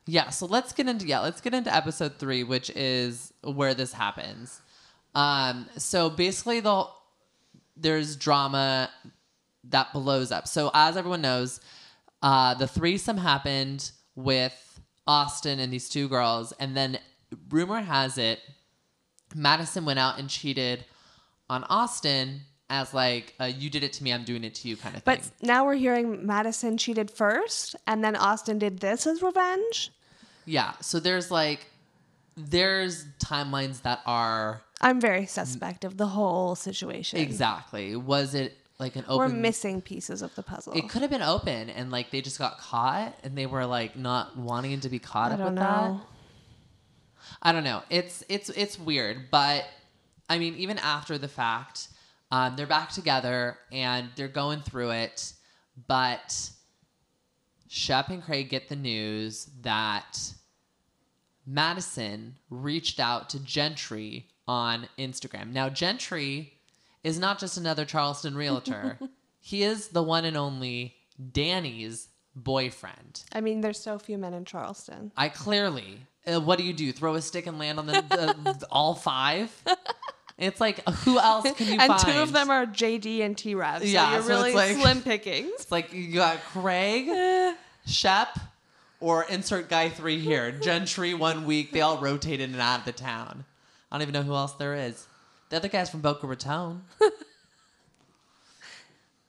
S7: Yeah, so let's get into yeah, let's get into episode three, which is where this happens. Um, so basically the there's drama that blows up. So as everyone knows, uh, the threesome happened with Austin and these two girls, and then rumor has it Madison went out and cheated on Austin as like a, you did it to me, I'm doing it to you kind of
S8: But
S7: thing.
S8: now we're hearing Madison cheated first, and then Austin did this as revenge.
S7: Yeah, so there's like there's timelines that are
S8: I'm very suspect of the whole situation.
S7: Exactly. Was it like an
S8: We're
S7: open?
S8: missing pieces of the puzzle.
S7: it could have been open, and like they just got caught, and they were like not wanting to be caught
S8: I
S7: up
S8: don't
S7: with
S8: know.
S7: that. I don't know. It's it's it's weird, but I mean, even after the fact, um, they're back together and they're going through it. But Shep and Craig get the news that Madison reached out to Gentry on Instagram. Now, Gentry is not just another Charleston realtor, he is the one and only Danny's boyfriend.
S8: I mean, there's so few men in Charleston.
S7: I clearly, uh, what do you do? Throw a stick and land on the,
S8: <laughs>
S7: the all five? It's like, who else can you
S8: and
S7: find?
S8: two of them are JD and T Rev. So
S7: Yeah,
S8: you're
S7: so
S8: really
S7: it's like-
S8: slim pickings.
S7: <laughs> It's like you got Craig, Shep, or insert guy three here. Gentry one week. They all rotate in and out of the town. I don't even know who else there is. The other guy's from Boca Raton.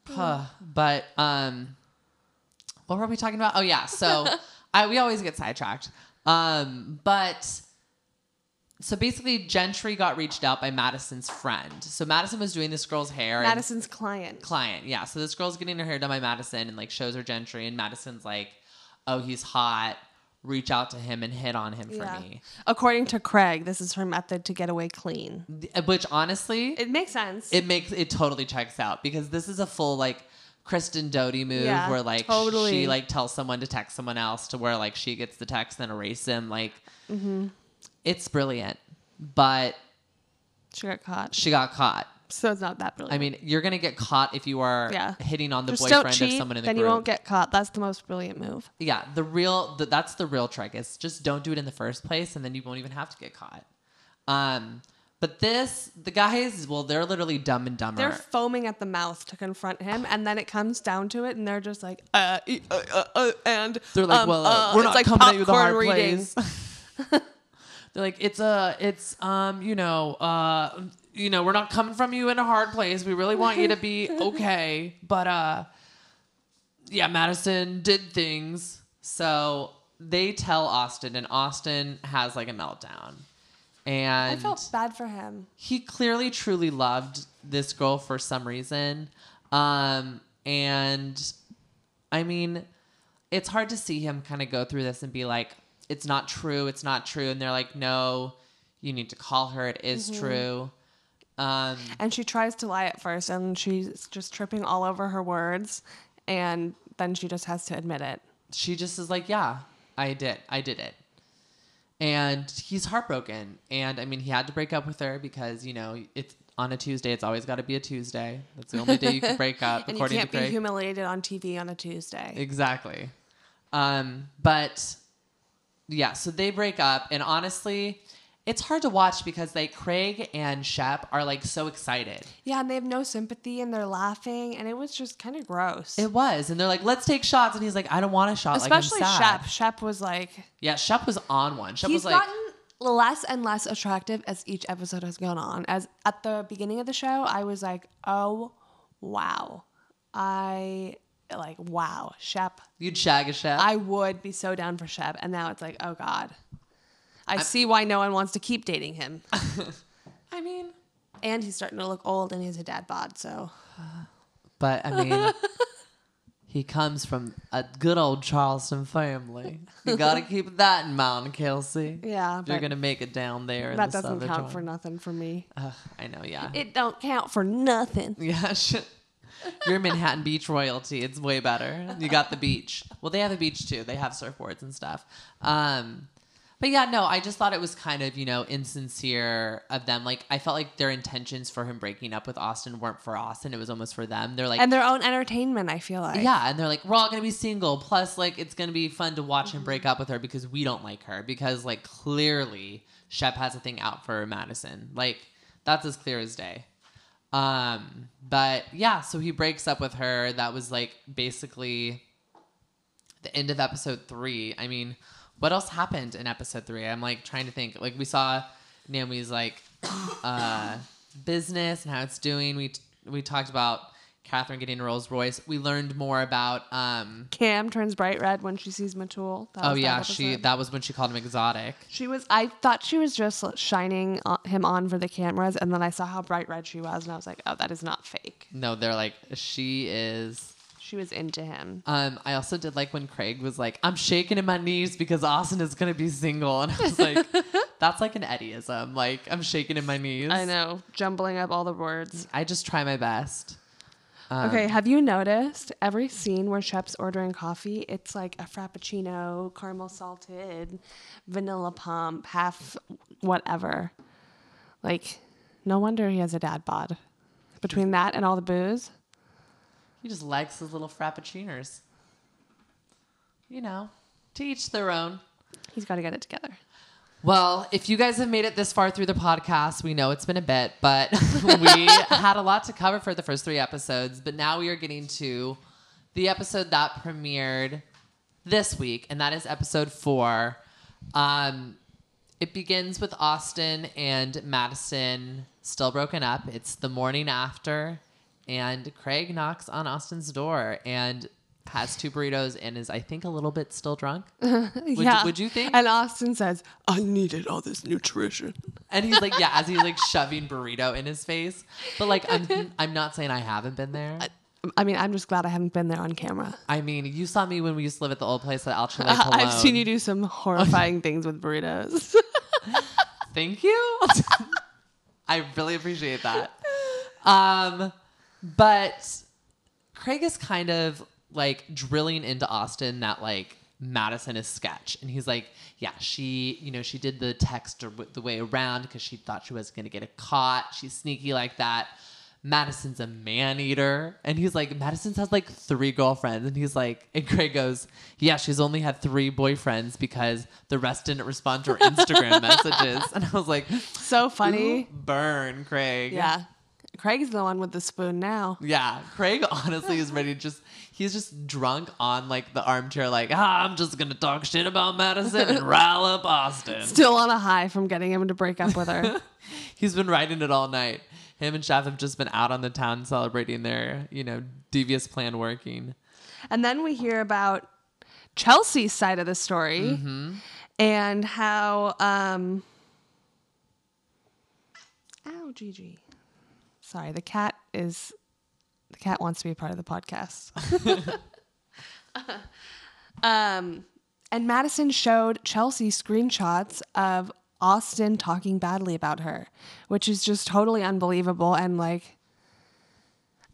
S7: Huh, but um, what were we talking about? Oh yeah, so I we always get sidetracked. Um, but so basically, Gentry got reached out by Madison's friend. So Madison was doing this girl's hair. and-
S8: Madison's client.
S7: client. Yeah. So this girl's getting her hair done by Madison and like shows her Gentry, and Madison's like, "Oh, he's hot. Reach out to him and hit on him for
S8: Yeah.
S7: me."
S8: According to Craig, this is her method to get away clean.
S7: Th- uh, Which honestly, it,
S8: It makes sense.
S7: makes it totally checks out because this is a full like Kristen Doty move
S8: Yeah,
S7: where like she
S8: totally.
S7: like tells someone to text someone else to where like she gets the text then erase him. Like,
S8: Mm-hmm.
S7: it's brilliant, but
S8: she got caught.
S7: she got caught.
S8: so it's not that brilliant.
S7: I mean, you're gonna get caught if you are
S8: Yeah.
S7: hitting on the
S8: Just
S7: boyfriend
S8: don't cheat,
S7: of someone in the
S8: then
S7: group.
S8: you won't get caught. That's the most brilliant move.
S7: Yeah, the real the, that's the real trick. Is just don't do it in the first place, and then you won't even have to get caught. Um, but this the guys, well, they're literally dumb and dumber.
S8: They're foaming at the mouth to confront him, and then it comes down to it, and they're just like, uh, e- uh, uh, uh and
S7: They're like,
S8: um,
S7: well,
S8: uh,
S7: we're
S8: it's
S7: not
S8: like
S7: coming at you with a
S8: popcorn
S7: hard
S8: reading.
S7: plays. <laughs> They're like, it's a, it's, um, you know, uh, you know, we're not coming from you in a hard place. We really want you to <laughs> be okay, but uh, yeah, Madison did things. So they tell Austin, and Austin has like a meltdown, and
S8: I felt bad for him.
S7: he clearly truly loved this girl for some reason. Um, and I mean, it's hard to see him kind of go through this and be like, it's not true, it's not true. And they're like, no, you need to call her, it is
S8: Mm-hmm.
S7: true. Um,
S8: And she tries to lie at first, and she's just tripping all over her words, and then she just has to admit it.
S7: she just is like, yeah, I did, I did it. And he's heartbroken. And I mean, he had to break up with her because, you know, it's on a Tuesday, it's always got to be a Tuesday. That's the only day you can break up,
S8: <laughs> And you
S7: according
S8: can't
S7: to
S8: be
S7: Craig.
S8: humiliated on TV on a Tuesday.
S7: Exactly. Um, but yeah, so they break up, and honestly, it's hard to watch because like Craig and Shep are like so excited.
S8: Yeah, and they have no sympathy, and they're laughing, and it was just kind of gross.
S7: It was, and they're like, "Let's take shots," and he's like, "I don't want a shot."
S8: Especially
S7: like, I'm sad.
S8: Shep. Shep was like,
S7: Yeah, Shep was on one. Shep
S8: he's
S7: was like,
S8: gotten less and less attractive as each episode has gone on. As at the beginning of the show, I was like, oh wow, I like wow Shep.
S7: "You'd shag a Shep."
S8: I would be so down for Shep, and now it's like, oh god, I see why no one wants to keep dating him.
S7: <laughs> I mean,
S8: and he's starting to look old, and he's a dad bod, so
S7: but I <laughs> mean, he comes from a good old Charleston family. You got to keep that in mind, Kelsey.
S8: Yeah,
S7: if you're
S8: but
S7: gonna make it down there. in
S8: that
S7: the Uh-huh.
S8: doesn't
S7: Southern
S8: count for
S7: Charleston-
S8: nothing for me.
S7: Ugh, I know. Yeah.
S8: It don't count for nothing.
S7: <laughs> Yeah. Shit. You're Manhattan Beach royalty. It's way better. You got the beach. Well, they have a beach too. They have surfboards and stuff. Um, but yeah, no, I just thought it was kind of, you know, insincere of them. Like, I felt like their intentions for him breaking up with Austin weren't for Austin. It was almost for them. They're like,
S8: and their own entertainment. I feel like
S7: yeah, and they're like, we're all gonna be single. Plus, like, it's gonna be fun to watch him break up with her because we don't like her. Because, like, clearly Shep has a thing out for Madison. Like, that's as clear as day. Um, but yeah, so he breaks up with her. That was like basically the end of episode three. I mean, what else happened in episode three? I'm like trying to think. Like, we saw Naomi's like <coughs> uh, business and how it's doing. We we talked about Catherine getting a Rolls Royce. We learned more about. Um,
S8: Cam turns bright red when she sees Matul. That
S7: oh
S8: was that
S7: yeah, she
S8: episode.
S7: that was when she called him exotic.
S8: She was. I thought she was just like, shining o- him on for the cameras, and then I saw how bright red she was, and I was like, "Oh, that is not fake."
S7: No, they're like she is.
S8: She was into him.
S7: Um, I also did like when Craig was like, "I'm shaking in my knees because Austin is gonna be single," and I
S8: <laughs>
S7: was like, "That's like an Eddieism. Like I'm shaking in my knees."
S8: I know, jumbling up all the words.
S7: I just try my best. Um,
S8: okay, have you noticed every scene where Shep's ordering coffee? It's like a frappuccino, caramel salted, vanilla pump, half whatever. Like, no wonder he has a dad bod. Between that and all the booze,
S7: He just likes his little frappuccinos. You know, to each their own.
S8: he's got to get it together.
S7: Well, if you guys have made it this far through the podcast, we know it's been a bit, but <laughs> we had a lot to cover for the first three episodes. But now we are getting to the episode that premiered this week, and that is episode four. Um, it begins with Austin and Madison still broken up. It's the morning after, and Craig knocks on Austin's door and has two burritos and is, I think, a little bit still drunk. Would, you, would you think?
S8: And Austin says, I needed all this nutrition.
S7: And he's like, yeah, as he's like shoving burrito in his face. But like, I'm I'm not saying I haven't been there.
S8: I mean, I'm just glad I haven't been there on camera.
S7: I mean, you saw me when we used to live at the old place at Alchile Cologne.
S8: Uh, I've seen you do some
S7: <laughs>
S8: horrifying things with burritos. <laughs>
S7: Thank you. <laughs> I really appreciate that. Um, but Craig is kind of like drilling into Austin that like Madison is sketch, and he's like, yeah, she, you know, she did the text or w- the way around because she thought she was gonna get it caught. She's sneaky like that. Madison's a man eater, and he's like, Madison's has like three girlfriends, and he's like, and Craig goes, yeah, she's only had three boyfriends because the rest didn't respond to her Instagram <laughs> messages, and I was like,
S8: so funny.
S7: "Ooh, burn, Craig,
S8: Yeah. Craig's the one with the spoon now.
S7: Yeah, Craig <laughs> honestly is ready to just he's just drunk on like the armchair, like, ah, I'm just gonna talk shit about Madison <laughs> and rile up Austin.
S8: Still on a high from getting him to break up with
S7: <laughs>
S8: her.
S7: he's been riding it all night. Him and Shaf have just been out on the town celebrating their, you know, devious plan working.
S8: and then we hear about Chelsea's side of the story and how um Ow, Gigi. Sorry, the cat is the cat wants to be a part of the podcast. um and Madison showed Chelsea screenshots of Austin talking badly about her, which is just totally unbelievable and like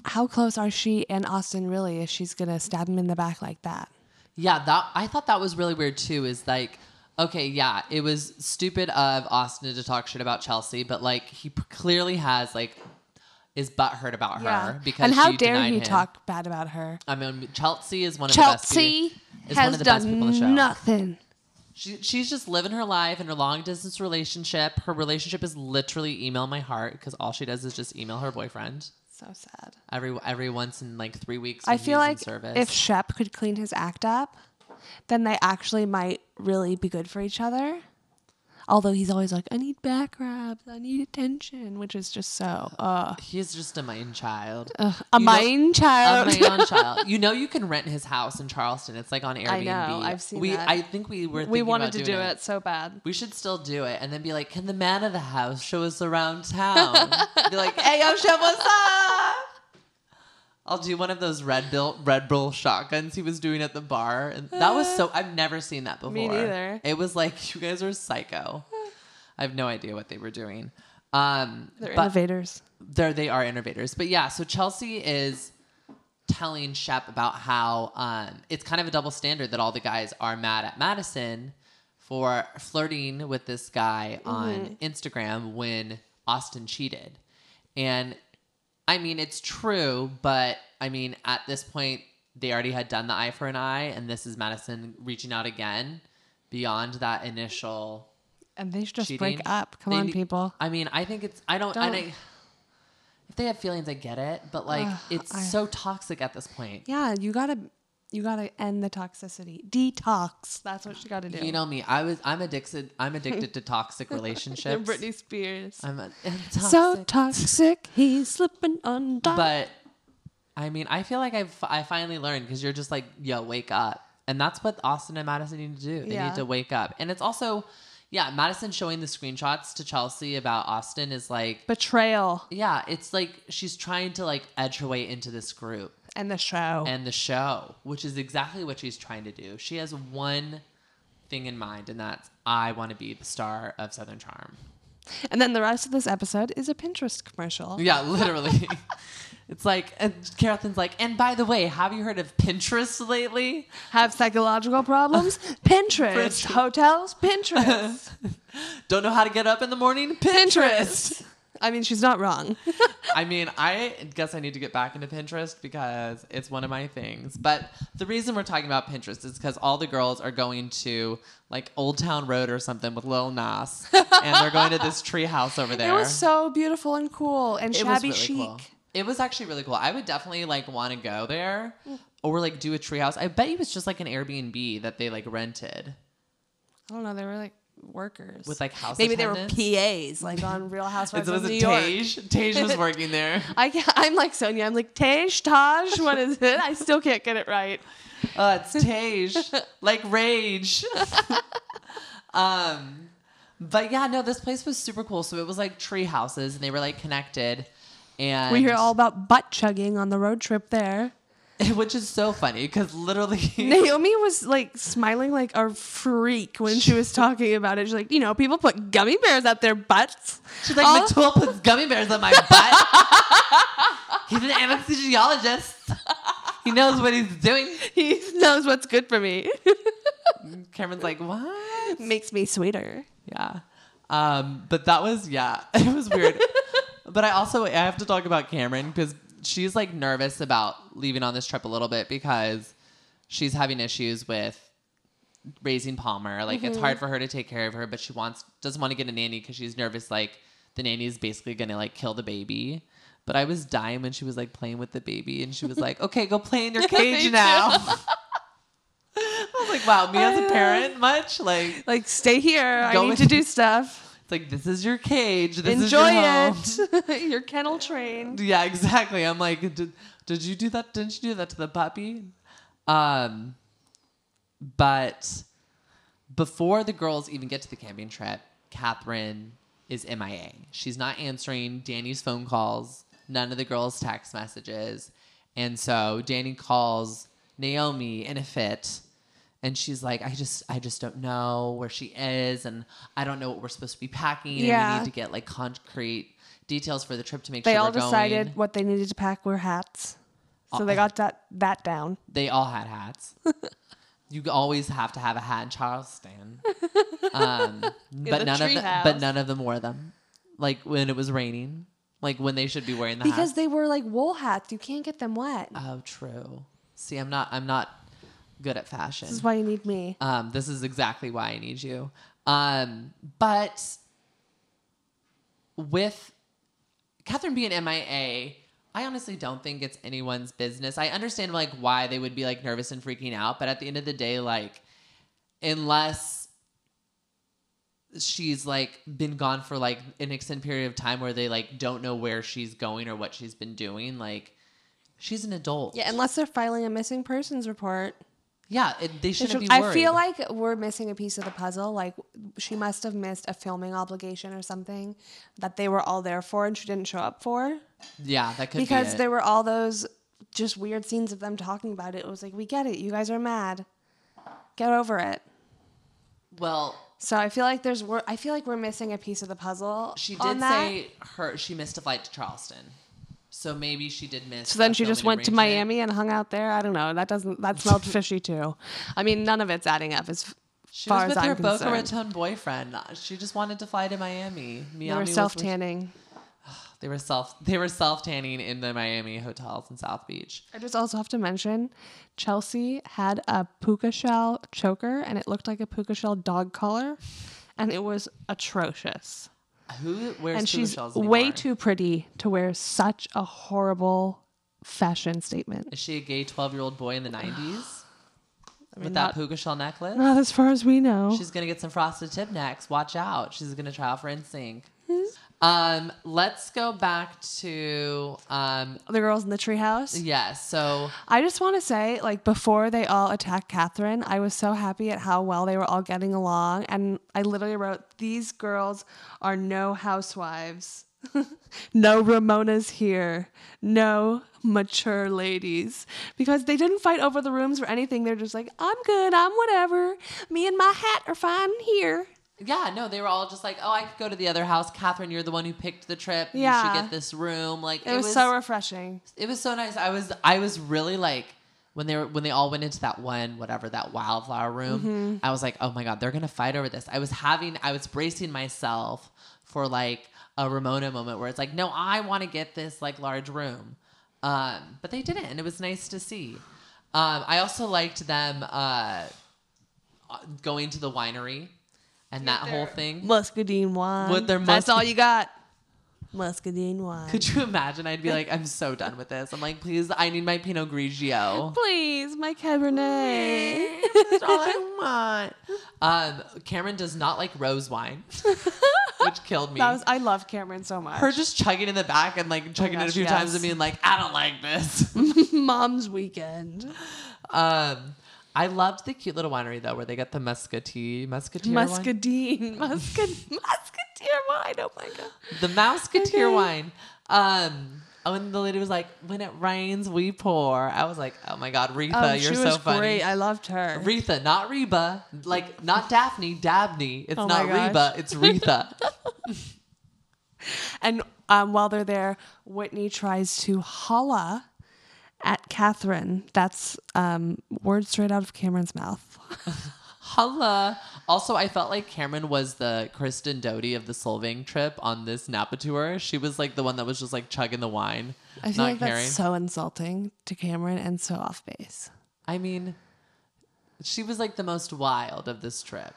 S8: how close are she and Austin really if she's gonna stab him in the back like that?
S7: Yeah, that I thought that was really weird too. Is like, okay, yeah, it was stupid of Austin to talk shit about Chelsea, but like he p- clearly has like is butthurt about her because
S8: and how
S7: she
S8: dare
S7: denied
S8: he
S7: him.
S8: talk bad about her?
S7: I mean, Chelsea is one of the
S8: Chelsea
S7: best. pe- is one
S8: has
S7: of the best
S8: done
S7: people on the show.
S8: nothing.
S7: She, she's just living her life in her long distance relationship. Her relationship is literally email my heart because all she does is just email her boyfriend
S8: So sad.
S7: every every once in like three weeks.
S8: I
S7: when
S8: feel
S7: he's in
S8: like
S7: service.
S8: if Shep could clean his act up, then they actually might really be good for each other. Although he's always like, I need back rubs, I need attention, which is just so uh,
S7: he's just a mind child.
S8: a
S7: You know-
S8: mind
S7: Of
S8: child.
S7: my own child. You know, you can rent his house in Charleston. It's like on Airbnb.
S8: know. I've seen
S7: we,
S8: that.
S7: I think we
S8: <laughs>
S7: were.
S8: we
S7: thinking
S8: wanted
S7: about
S8: to do
S7: doing
S8: it so bad.
S7: We should still do it, and then be like, "Can the man of the house show us
S8: <laughs>
S7: around town?" be like, "Hey, yo, chef, what's up?" I'll do one of those Red Bull Red Bull shotguns he was doing at the bar, and that was
S8: <sighs>
S7: so. I've never seen that before.
S8: Me neither.
S7: It was like <laughs> you guys
S8: <sighs>
S7: are psycho. I have no idea what they were doing. Um,
S8: They're
S7: but-
S8: innovators.
S7: there they are innovators. But yeah, so Chelsea is telling Shep about how um, it's kind of a double standard that all the guys are mad at Madison for flirting with this guy on Instagram when Austin cheated. And I mean, it's true, but I mean, at this point, they already had done the eye for an eye, and this is Madison reaching out again beyond that initial
S8: And they should just
S7: cheating.
S8: break up. Come
S7: They
S8: on,
S7: need-
S8: people.
S7: I mean, I think it's I don't, and
S8: Don't.
S7: I if they have feelings, I get it, but like
S8: Ugh,
S7: it's
S8: I-
S7: so toxic at this point.
S8: Yeah, you gotta you gotta end the toxicity. Detox. That's what you gotta do.
S7: You know me. I was I'm addicted I'm addicted
S8: <laughs>
S7: to toxic relationships.
S8: Britney Spears.
S7: I'm a, I'm toxic.
S8: So toxic, he's slipping on.
S7: but I mean, I feel like I've I finally learned because you're just like, yo, wake up, and that's what Austin and Madison need to do. They
S8: Yeah.
S7: need to wake up, and it's also, yeah, Madison showing the screenshots to Chelsea about Austin is like,
S8: betrayal
S7: yeah, it's like she's trying to like edge her way into this group
S8: and the show.
S7: and the show, which is exactly what she's trying to do. She has one thing in mind, and that's I want to be the star of Southern Charm.
S8: And then the rest of this episode is a Pinterest commercial.
S7: Yeah, literally. <laughs> it's like and Carolyn's like, and by the way, have you heard of Pinterest lately?
S8: Have psychological problems? Pinterest.
S7: <laughs> Pinterest.
S8: Hotels?
S7: <laughs>
S8: Pinterest.
S7: <laughs> Don't know how to get up in the morning? Pinterest.
S8: Pinterest. I mean, she's not
S7: <laughs>
S8: wrong.
S7: I mean, I guess I need to get back into Pinterest because it's one of my things. But the reason we're talking about Pinterest is because all the girls are going to like Old Town Road or something with Lil Nas, and they're going to
S8: <laughs>
S7: this tree house over there.
S8: It was so beautiful and cool and
S7: It was
S8: shabby
S7: really
S8: chic.
S7: cool. It was actually really cool. I would definitely like want to go there
S8: Mm.
S7: or like do a treehouse. I bet you it's just like an Airbnb that they like rented
S8: I don't know. They were like workers.
S7: with like house.
S8: Maybe they were
S7: attendants.
S8: PAs, like on
S7: <laughs>
S8: Real Housewives
S7: It was
S8: of New
S7: a
S8: York.
S7: Tage. Tage
S8: <laughs>
S7: was working there.
S8: I can't, <laughs> I'm like Sonia. I'm like Tej, Taj. What is it? I still can't get it right.
S7: Uh, it's Tage, like rage. <laughs> um, but yeah, no, this place was super cool. So it was like tree houses, and they were like connected.
S8: <laughs>
S7: And
S8: We hear all about butt chugging on the road trip there.
S7: <laughs> which is so funny because
S8: <laughs>
S7: literally,
S8: Naomi was like smiling like a freak when she was talking about it. She's like, you know, people put gummy bears up their butts.
S7: <laughs> She's like,
S8: All-
S7: Matul puts gummy bears on my butt.
S8: <laughs>
S7: he's an anesthesiologist. <laughs> He knows what he's doing.
S8: <laughs> he knows what's good for me.
S7: Cameron's like,
S8: <laughs>
S7: what?
S8: Makes me sweeter.
S7: Yeah. Um, but that was, yeah, <laughs> it was weird. but I also, I have to talk about Cameron because she's like nervous about leaving on this trip a little bit because she's having issues with raising Palmer. Like it's hard for her to take care of her, but she wants, doesn't want to get a nanny because she's nervous. Like the nanny is basically going to like kill the baby. But I was dying when she was like playing with the baby and she was like, okay, go play in your cage now. <laughs> I was like, wow, me as a parent, much? Like,
S8: Like, stay here.
S7: Go
S8: I need
S7: with-
S8: to do <laughs> stuff.
S7: it's like this is your cage. This
S8: Enjoy
S7: is your
S8: it. <laughs> Your kennel trained.
S7: Home. Yeah, exactly. I'm like, did, did you do that? Didn't you do that to the puppy? Um, but before the girls even get to the camping trip, Catherine is MIA. She's not answering Danny's phone calls, none of the girls' text messages. And so Danny calls Naomi in a fit and she's like, I just I just don't know where she is and I don't know what we're supposed to be packing. And
S8: Yeah.
S7: we need to get like concrete details for the trip to make
S8: They
S7: sure
S8: all
S7: we're
S8: decided
S7: going.
S8: what they needed to pack were hats. So they got that, that down.
S7: They all
S8: <laughs>
S7: had hats. you always have to have a hat
S8: <laughs>
S7: in Charleston. Um, but
S8: the
S7: none of
S8: tree
S7: the,
S8: house.
S7: but none of them wore them. Like when it was raining, like when they should be wearing the
S8: Because
S7: hats.
S8: they were like wool hats. You can't get them wet.
S7: oh, true. See, I'm not I'm not good at fashion.
S8: This is why you need me.
S7: Um, this is exactly why I need you. Um, but with Catherine being MIA, I honestly don't think it's anyone's business. I understand like why they would be like nervous and freaking out, but at the end of the day, like unless she's like been gone for like an extended period of time where they like don't know where she's going or what she's been doing, like she's an adult.
S8: Yeah, unless they're filing a missing persons report.
S7: yeah. It, they shouldn't be. Worried.
S8: I feel like we're missing a piece of the puzzle. Like she must have missed a filming obligation or something that they were all there for and she didn't show up for
S7: yeah, that could be
S8: because
S7: it.
S8: there were all those just weird scenes of them talking about it. It was like, we get it. You guys are mad. Get over it.
S7: Well,
S8: So I feel like there's we're, I feel like we're missing a piece of the puzzle.
S7: she
S8: on
S7: did
S8: that.
S7: say her she missed a flight to Charleston. So maybe she did miss.
S8: So then
S7: a
S8: she just
S7: filming
S8: went to
S7: arrangement.
S8: Miami and hung out there. I don't know. That doesn't. That smelled fishy too. I mean, none of it's adding up. As
S7: She
S8: far
S7: was with
S8: as
S7: her
S8: I'm
S7: Boca
S8: concerned,
S7: Raton boyfriend. Uh, She just wanted to fly to Miami.
S8: they
S7: Miami
S8: were
S7: was-
S8: self tanning.
S7: They were self. They were self tanning in the Miami hotels in South Beach.
S8: I just also have to mention, Chelsea had a puka shell choker, and it looked like a puka shell dog collar, and it was atrocious.
S7: Who wears
S8: and
S7: puka
S8: she's
S7: shells
S8: way
S7: anymore?
S8: too pretty to wear such a horrible fashion statement.
S7: Is she a gay twelve-year-old
S8: <sighs>
S7: boy in the nineties with
S8: not-
S7: that puka shell
S8: <laughs>
S7: necklace?
S8: Not as far as we know.
S7: She's gonna get some frosted tip next. Watch out. She's gonna try out for NSYNC.
S8: Hmm?
S7: um, let's go back to um,
S8: the girls in the treehouse.
S7: yeah. So
S8: I just want to say, like, before they all attacked Catherine, I was so happy at how well they were all getting along. And I literally wrote, These girls are no housewives. <laughs> no Ramonas here. No mature ladies. Because they didn't fight over the rooms or anything. They're just like, I'm good. I'm whatever. Me and my hat are fine here.
S7: yeah, no, they were all just like, oh, I could go to the other house. Catherine, you're the one who picked the trip. you
S8: Yeah.
S7: should get this room. Like
S8: It, was, so refreshing.
S7: it was so nice. I was I was really like when they were when they all went into that one whatever that wildflower room. I was like, oh my god, they're gonna fight over this. I was having I was bracing myself for like a Ramona moment where it's like, no, I want to get this like large room, um, but they didn't, and it was nice to see. Um, I also liked them uh, going to the winery and that whole thing.
S8: Muscadine wine.
S7: With their
S8: That's
S7: musca-
S8: all you got. Muscadine wine.
S7: Could you imagine? I'd be like, I'm so done with this. I'm like, please, I need my Pinot Grigio.
S8: Please, my Cabernet.
S7: all <laughs> I want. Um, Cameron does not like
S8: <laughs>
S7: rose wine, which killed me.
S8: <laughs> That was I love Cameron so much.
S7: Her just chugging in the back and like chugging it a
S8: gosh,
S7: few
S8: yes.
S7: times and being like, I don't like
S8: <laughs>
S7: this.
S8: mom's weekend.
S7: um, I loved the cute little winery though, where they got the muscatee, musketeer, wine.
S8: Muscadine. Muscad <laughs> musketeer wine. Oh my god.
S7: the musketeer
S8: Okay.
S7: wine. Um, oh, and the lady was like, "When it rains, we pour." I was like, "Oh my god, Retha,
S8: Oh,
S7: you're
S8: she
S7: so
S8: was
S7: funny."
S8: great. I loved her.
S7: Retha, not Reba. Like, not Daphne, Dabney. It's
S8: Oh my
S7: not
S8: gosh.
S7: Reba,
S8: <laughs>
S7: it's Retha.
S8: and um, while they're there, Whitney tries to holla at Catherine. That's um, words straight out of Cameron's mouth.
S7: Holla. Also, I felt like Cameron was the Kristen Doty of the Solving trip on this Napa tour. She was like the one that was just like chugging the wine,
S8: I feel
S7: not
S8: like
S7: caring.
S8: that's so insulting to Cameron and so off base.
S7: I mean, she was like the most wild of this trip.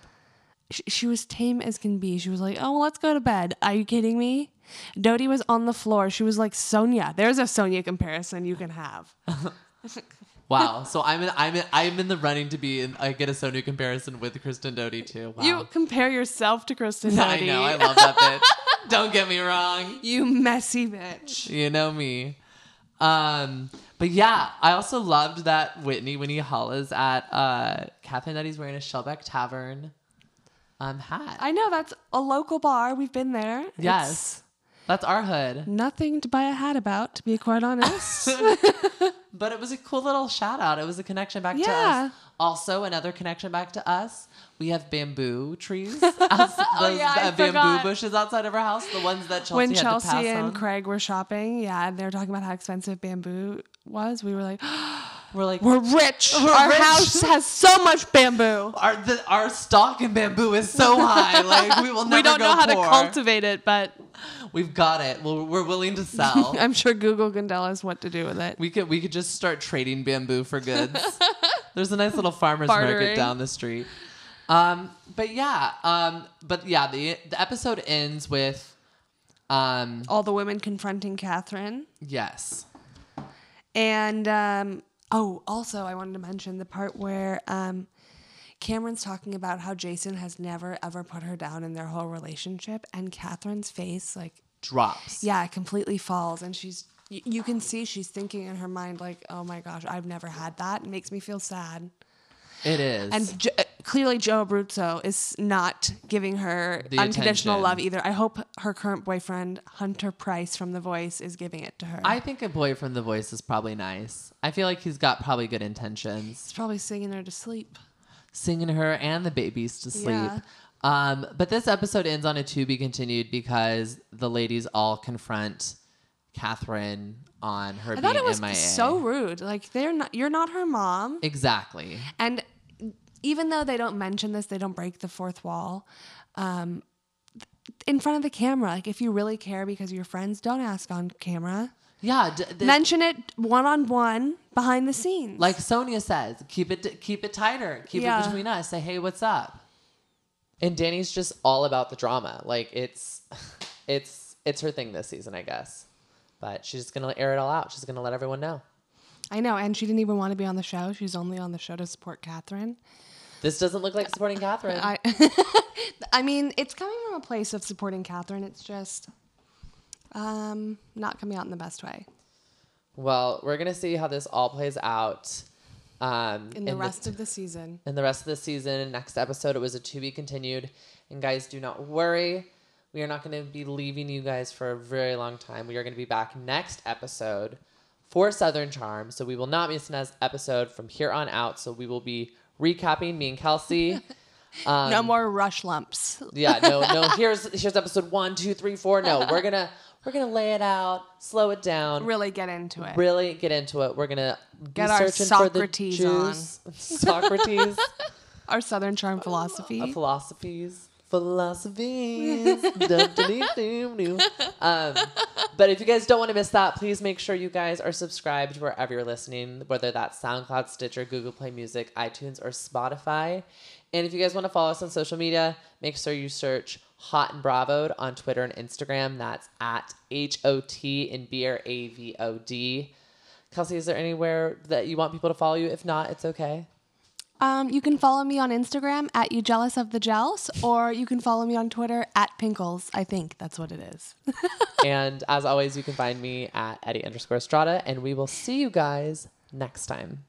S8: she, she was tame as can be. She was like, "Oh, well, let's go to bed." Are you kidding me? Dodie was on the floor. She was like Sonia. There's a Sonia comparison you can have. <laughs>
S7: Wow. so I'm in, I'm in, I'm in the running to be. In, I get a Sonu comparison with Kristen Doty too. Wow.
S8: You compare yourself to Kristen
S7: <laughs> I
S8: Dodie.
S7: know. I love that bitch. Don't get me wrong.
S8: you messy bitch.
S7: You know me. Um, but yeah, I also loved that Whitney when he hollers at uh, Catherine that he's wearing a Shellback Tavern um, hat.
S8: I know that's a local bar. We've been there. It's
S7: yes, that's our hood.
S8: nothing to buy a hat about, to be quite
S7: <laughs>
S8: honest.
S7: But it was a cool little shout out. It was a connection back to
S8: Yeah.
S7: us. Also, another connection back to us. We have bamboo trees. <laughs> outs- those,
S8: Oh, yeah, I
S7: uh, bamboo
S8: forgot.
S7: bushes outside of our house. The ones that Chelsea
S8: when
S7: had to
S8: Chelsea
S7: pass
S8: and
S7: on.
S8: Craig were shopping, yeah, and they were talking about how expensive bamboo was. We were like, <gasps>
S7: We're like,
S8: "We're rich.
S7: We're
S8: Our
S7: rich."
S8: house has so much bamboo."
S7: our the, our stock in bamboo is so high. Like we will
S8: <laughs>
S7: never
S8: we don't
S7: go
S8: know how
S7: poor.
S8: to cultivate it, but
S7: We've got it. We're, we're willing to sell.
S8: <laughs> I'm sure Google can tell us what to do with it.
S7: we could we could just start trading bamboo for goods.
S8: <laughs>
S7: There's a nice little farmers market
S8: Bartering.
S7: down the street. Um, but yeah, um, but yeah, the the episode ends with, um,
S8: All the women confronting Catherine.
S7: yes,
S8: And um, oh, also, I wanted to mention the part where um, Cameron's talking about how Jason has never, ever put her down in their whole relationship. And Catherine's face, like,
S7: drops.
S8: yeah, it completely falls. And she's, y- you can see she's thinking in her mind, like, oh my gosh, I've never had that. It makes me feel sad.
S7: it is.
S8: And jo- uh, clearly, Joe Abruzzo is not giving her
S7: The
S8: unconditional
S7: attention.
S8: love either. I hope her current boyfriend, Hunter Price from The Voice, is giving it to her.
S7: I think a boy from The Voice is probably nice. I feel like he's got probably good intentions,
S8: He's probably singing her to sleep.
S7: singing her and the babies to sleep.
S8: Yeah.
S7: Um, but this episode ends on a to be continued because the ladies all confront Catherine on her
S8: I
S7: being
S8: thought it was
S7: MIA.
S8: so rude. Like they're not you're not her mom.
S7: exactly.
S8: And even though they don't mention this, they don't break the fourth wall. Um, th- in front of the camera, like if you really care because you're friends, don't ask on camera.
S7: Yeah. D- the-
S8: Mention it one on one behind the scenes.
S7: like Sonia says, keep it keep it tighter. Keep
S8: Yeah.
S7: it between us. Say, hey, what's up? And Danny's just all about the drama. Like it's <laughs> it's it's her thing this season, I guess. But she's just gonna air it all out. She's gonna let everyone know.
S8: I know, and she didn't even want to be on the show. She's only on the show to support Catherine.
S7: This doesn't look like supporting Catherine.
S8: I, <laughs> I mean, it's coming from a place of supporting Catherine. It's just um, not coming out in the best way
S7: well, we're gonna see how this all plays out. Um,
S8: in the rest of the season.
S7: in the rest of the season. Next episode, it was a to be continued. And guys, do not worry. We are not going to be leaving you guys for a very long time. We are going to be back next episode for Southern Charm. So we will not miss an episode from here on out. So we will be recapping me
S8: <laughs>
S7: and Kelsey.
S8: no more rush lumps.
S7: yeah, no, no. Here's here's episode one, two, three, four. No, we're gonna we're gonna lay it out, slow it down,
S8: Really get into it.
S7: really get into it. We're gonna be
S8: Get our
S7: searching
S8: Socrates
S7: for the juice. <laughs> Socrates.
S8: Our Southern Charm philosophy.
S7: Uh, philosophies. Philosophies. Dum, dum, dum, dum, dum. um, but if you guys don't want to miss that, please make sure you guys are subscribed wherever you're listening, whether that's SoundCloud, Stitcher, Google Play Music, iTunes, or Spotify. And if you guys want to follow us on social media, make sure you search Hot and Bravoed on Twitter and Instagram. That's at H O T and B R A V O D. Kelsey, is there anywhere that you want people to follow you? If not, it's okay.
S8: Um, you can follow me on Instagram at you jealous of the gels, or you can follow me on Twitter at pinkles. I think that's what it is.
S7: and as always, you can find me at Eddie underscore Strada, and we will see you guys next time.